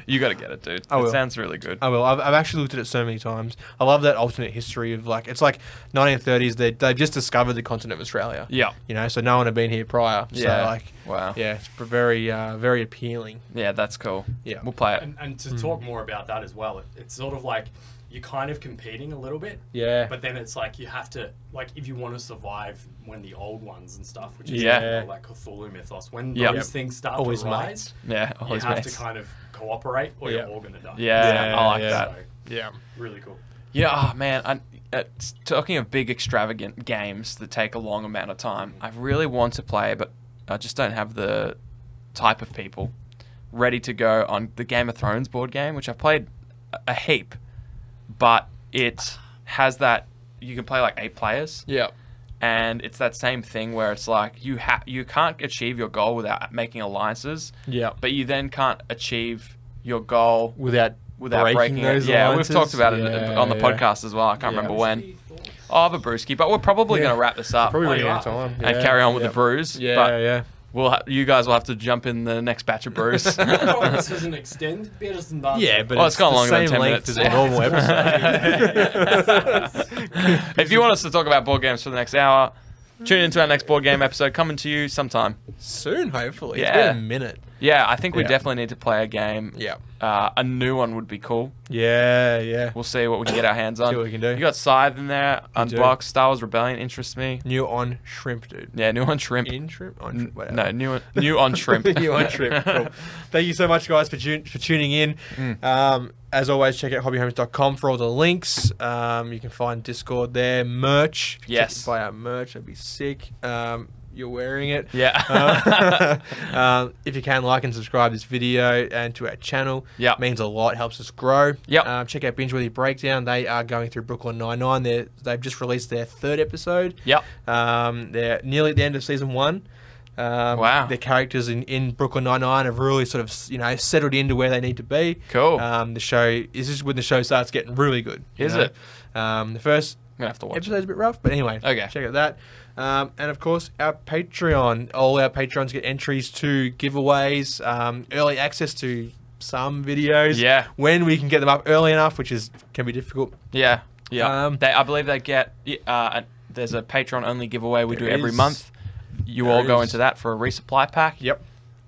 Speaker 3: to get it, dude.
Speaker 2: I will.
Speaker 3: It sounds really good.
Speaker 2: I will. I've, I've actually looked at it so many times. I love that alternate history of like it's like 1930s. They they've just discovered the continent of Australia.
Speaker 3: Yeah.
Speaker 2: You know, so no one had been here prior.
Speaker 3: Yeah.
Speaker 2: So like,
Speaker 3: Wow.
Speaker 2: Yeah, it's pr- very uh, very appealing.
Speaker 3: Yeah, that's cool.
Speaker 2: Yeah.
Speaker 3: We'll play it.
Speaker 5: And, and
Speaker 2: Hmm.
Speaker 5: to talk more about that as well, it, it's sort of like you're kind of competing a little bit.
Speaker 2: Yeah.
Speaker 5: But then it's like you have to like if you want to survive when the old ones and stuff, which is
Speaker 3: Yeah.
Speaker 5: kind of like Cthulhu mythos, when
Speaker 3: Yep.
Speaker 5: those things start
Speaker 2: Always
Speaker 5: to rise,
Speaker 3: Yeah,
Speaker 5: you
Speaker 3: always
Speaker 5: have
Speaker 3: mates.
Speaker 5: to kind of cooperate or
Speaker 2: Yeah.
Speaker 5: you're all gonna die.
Speaker 3: Yeah,
Speaker 2: Yeah,
Speaker 3: I like
Speaker 2: yeah.
Speaker 3: that.
Speaker 2: yeah.
Speaker 5: So, really cool.
Speaker 3: Yeah, oh man. I, uh, s- talking of big, extravagant games that take a long amount of time, I really want to play, but I just don't have the type of people ready to go on the Game of Thrones board game, which I've played a- a heap, but it has that you can play like eight players.
Speaker 2: Yeah.
Speaker 3: and it's that same thing where it's like you ha- you can't achieve your goal without making alliances.
Speaker 2: Yeah.
Speaker 3: But you then can't achieve your goal
Speaker 2: Without
Speaker 3: without breaking,
Speaker 2: breaking,
Speaker 3: it.
Speaker 2: those
Speaker 3: Yeah,
Speaker 2: alliances.
Speaker 3: we've talked about it
Speaker 2: Yeah,
Speaker 3: on the
Speaker 2: yeah.
Speaker 3: podcast as well. I can't
Speaker 2: Yeah.
Speaker 3: remember when. Oh, Babrewski, but we're probably
Speaker 2: Yeah.
Speaker 3: going to wrap this up
Speaker 2: Probably
Speaker 5: Oh,
Speaker 2: running
Speaker 5: you
Speaker 2: out of
Speaker 5: are.
Speaker 2: time.
Speaker 3: and carry on with
Speaker 2: yeah.
Speaker 3: the brews.
Speaker 2: Yeah,
Speaker 3: but
Speaker 2: yeah.
Speaker 3: we'll ha- you guys will have to jump in the next batch of brews.
Speaker 5: oh, this was an extend beer doesn't dance.
Speaker 2: Yeah, but
Speaker 3: Well,
Speaker 2: it's,
Speaker 3: it's gone
Speaker 2: the
Speaker 3: longer than
Speaker 2: same
Speaker 3: 10
Speaker 2: length
Speaker 3: minutes.
Speaker 2: as a normal episode.
Speaker 3: if you want us to talk about board games for the next hour, tune into our next board game episode coming to you sometime.
Speaker 2: Soon, hopefully. It's
Speaker 3: Yeah.
Speaker 2: been a minute.
Speaker 3: Yeah, I think we
Speaker 2: Yeah.
Speaker 3: definitely need to play a game.
Speaker 2: Yeah.
Speaker 3: Uh, a new one would be cool.
Speaker 2: Yeah, yeah.
Speaker 3: We'll see what we can get our hands on.
Speaker 2: See what we can do.
Speaker 3: You got Scythe in there,
Speaker 2: do.
Speaker 3: Unboxed, Star Wars Rebellion interests me.
Speaker 2: New on shrimp, dude.
Speaker 3: Yeah, new on shrimp.
Speaker 2: In shrimp? On
Speaker 3: N-
Speaker 2: shrimp, whatever.
Speaker 3: no, new on, new on shrimp.
Speaker 2: new on shrimp. Cool. Thank you so much, guys, for, tun- for tuning in.
Speaker 3: Hmm.
Speaker 2: Um, as always, check out hobbyhomies.com for all the links. Um, you can find Discord there, merch. If you
Speaker 3: Yes.
Speaker 2: Buy our merch, that'd be sick. Um, you're wearing it.
Speaker 3: Yeah.
Speaker 2: Uh, um, if you can, like and subscribe this video and to our channel.
Speaker 3: Yeah.
Speaker 2: It means a lot, helps us grow.
Speaker 3: Yep.
Speaker 2: Um, check out Binge Worthy Breakdown. They are going through Brooklyn Nine-Nine. They're, they've just released their third episode.
Speaker 3: Yep.
Speaker 2: Um, they're nearly at the end of season one. Um,
Speaker 3: Wow.
Speaker 2: The characters in, in Brooklyn Nine Nine have really sort of you know settled into where they need to be.
Speaker 3: Cool.
Speaker 2: Um, the show this is when the show starts getting really good. you
Speaker 3: Is
Speaker 2: know?
Speaker 3: it?
Speaker 2: Um, the first
Speaker 3: I'm gonna have to watch.
Speaker 2: episode's a bit rough, but anyway.
Speaker 3: Okay.
Speaker 2: Check out that. Um, and of course, our Patreon. All our Patreons get entries to giveaways, um, early access to some videos.
Speaker 3: Yeah.
Speaker 2: When we can get them up early enough, which is can be difficult.
Speaker 3: Yeah, yeah.
Speaker 2: Um,
Speaker 3: they, I believe they get. y- Uh, an- there's a Patreon only giveaway we do
Speaker 2: There
Speaker 3: every
Speaker 2: is.
Speaker 3: month. You
Speaker 2: There
Speaker 3: all go
Speaker 2: is.
Speaker 3: into that for a resupply pack.
Speaker 2: Yep.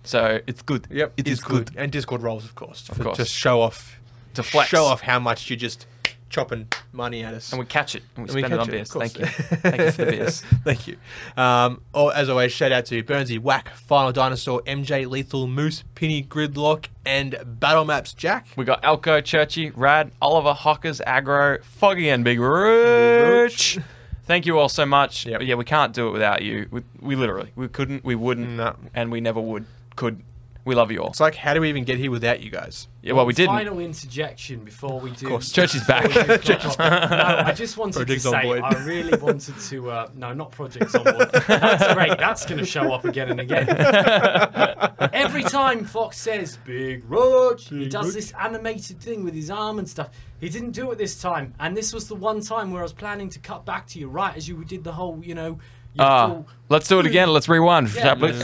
Speaker 3: So it's good.
Speaker 2: Yep.
Speaker 3: it is good.
Speaker 2: And Discord rolls, of course. Of
Speaker 3: course.
Speaker 2: To show off
Speaker 3: To flex.
Speaker 2: show off how much you're just chopping money at us.
Speaker 3: And we catch it and we
Speaker 2: And we
Speaker 3: spend it
Speaker 2: catch
Speaker 3: on
Speaker 2: of
Speaker 3: beers.
Speaker 2: course.
Speaker 3: Thank you. Thank you for the beers.
Speaker 2: Thank you. Um, or as always, shout out to Burnsy, Whack, Final Dinosaur, MJ, Lethal, Moose, Pinny, Gridlock, and Battle Maps Jack.
Speaker 3: We got Elko, Churchy, Rad, Oliver, Hockers, Agro, Foggy, and Big Rich. Thank you all so much.
Speaker 2: Yep.
Speaker 3: Yeah, we can't do it without you. We, we literally, we couldn't, we wouldn't,
Speaker 2: No.
Speaker 3: and we never would, could. We love you all.
Speaker 2: It's like, how do we even get here without you guys?
Speaker 3: Yeah, well, we didn't.
Speaker 5: Final interjection before we do.
Speaker 2: course.
Speaker 3: Church is back.
Speaker 5: before we do
Speaker 2: Church
Speaker 5: cut
Speaker 2: is
Speaker 5: off. no, I just wanted
Speaker 2: Project
Speaker 5: to say,
Speaker 2: Zomboid.
Speaker 5: I really wanted to. Uh, no, not Project Zomboid. That's great. That's going to show up again and again. Every time Fox says Big Roach, he
Speaker 2: Big
Speaker 5: does
Speaker 2: Roach.
Speaker 5: this animated thing with his arm and stuff. He didn't do it this time, and this was the one time where I was planning to cut back to you right as you did the whole, you know. your
Speaker 3: Uh,
Speaker 5: full-
Speaker 3: let's do it again. Let's rewind.
Speaker 5: Yeah.
Speaker 3: Big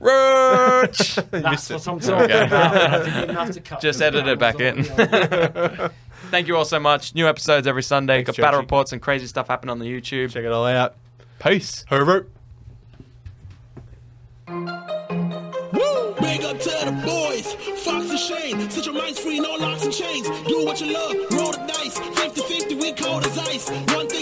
Speaker 3: Rich.
Speaker 5: That's what I'm talking
Speaker 3: Okay.
Speaker 5: about. I didn't even have to cut
Speaker 3: Just
Speaker 5: the
Speaker 3: edit it back in.
Speaker 5: panels on the audio.
Speaker 3: Thank you all so much. New episodes every Sunday.
Speaker 2: Thanks,
Speaker 3: Got battle
Speaker 2: Churchy.
Speaker 3: reports and crazy stuff happening on the YouTube.
Speaker 2: Check it all out.
Speaker 3: Peace.
Speaker 2: Hooroo.
Speaker 1: Woo! Big up to the boys, Fox and Shane. Set your minds free, no locks and chains. Do what you love, roll the dice. 50 50, we cold as ice. One thing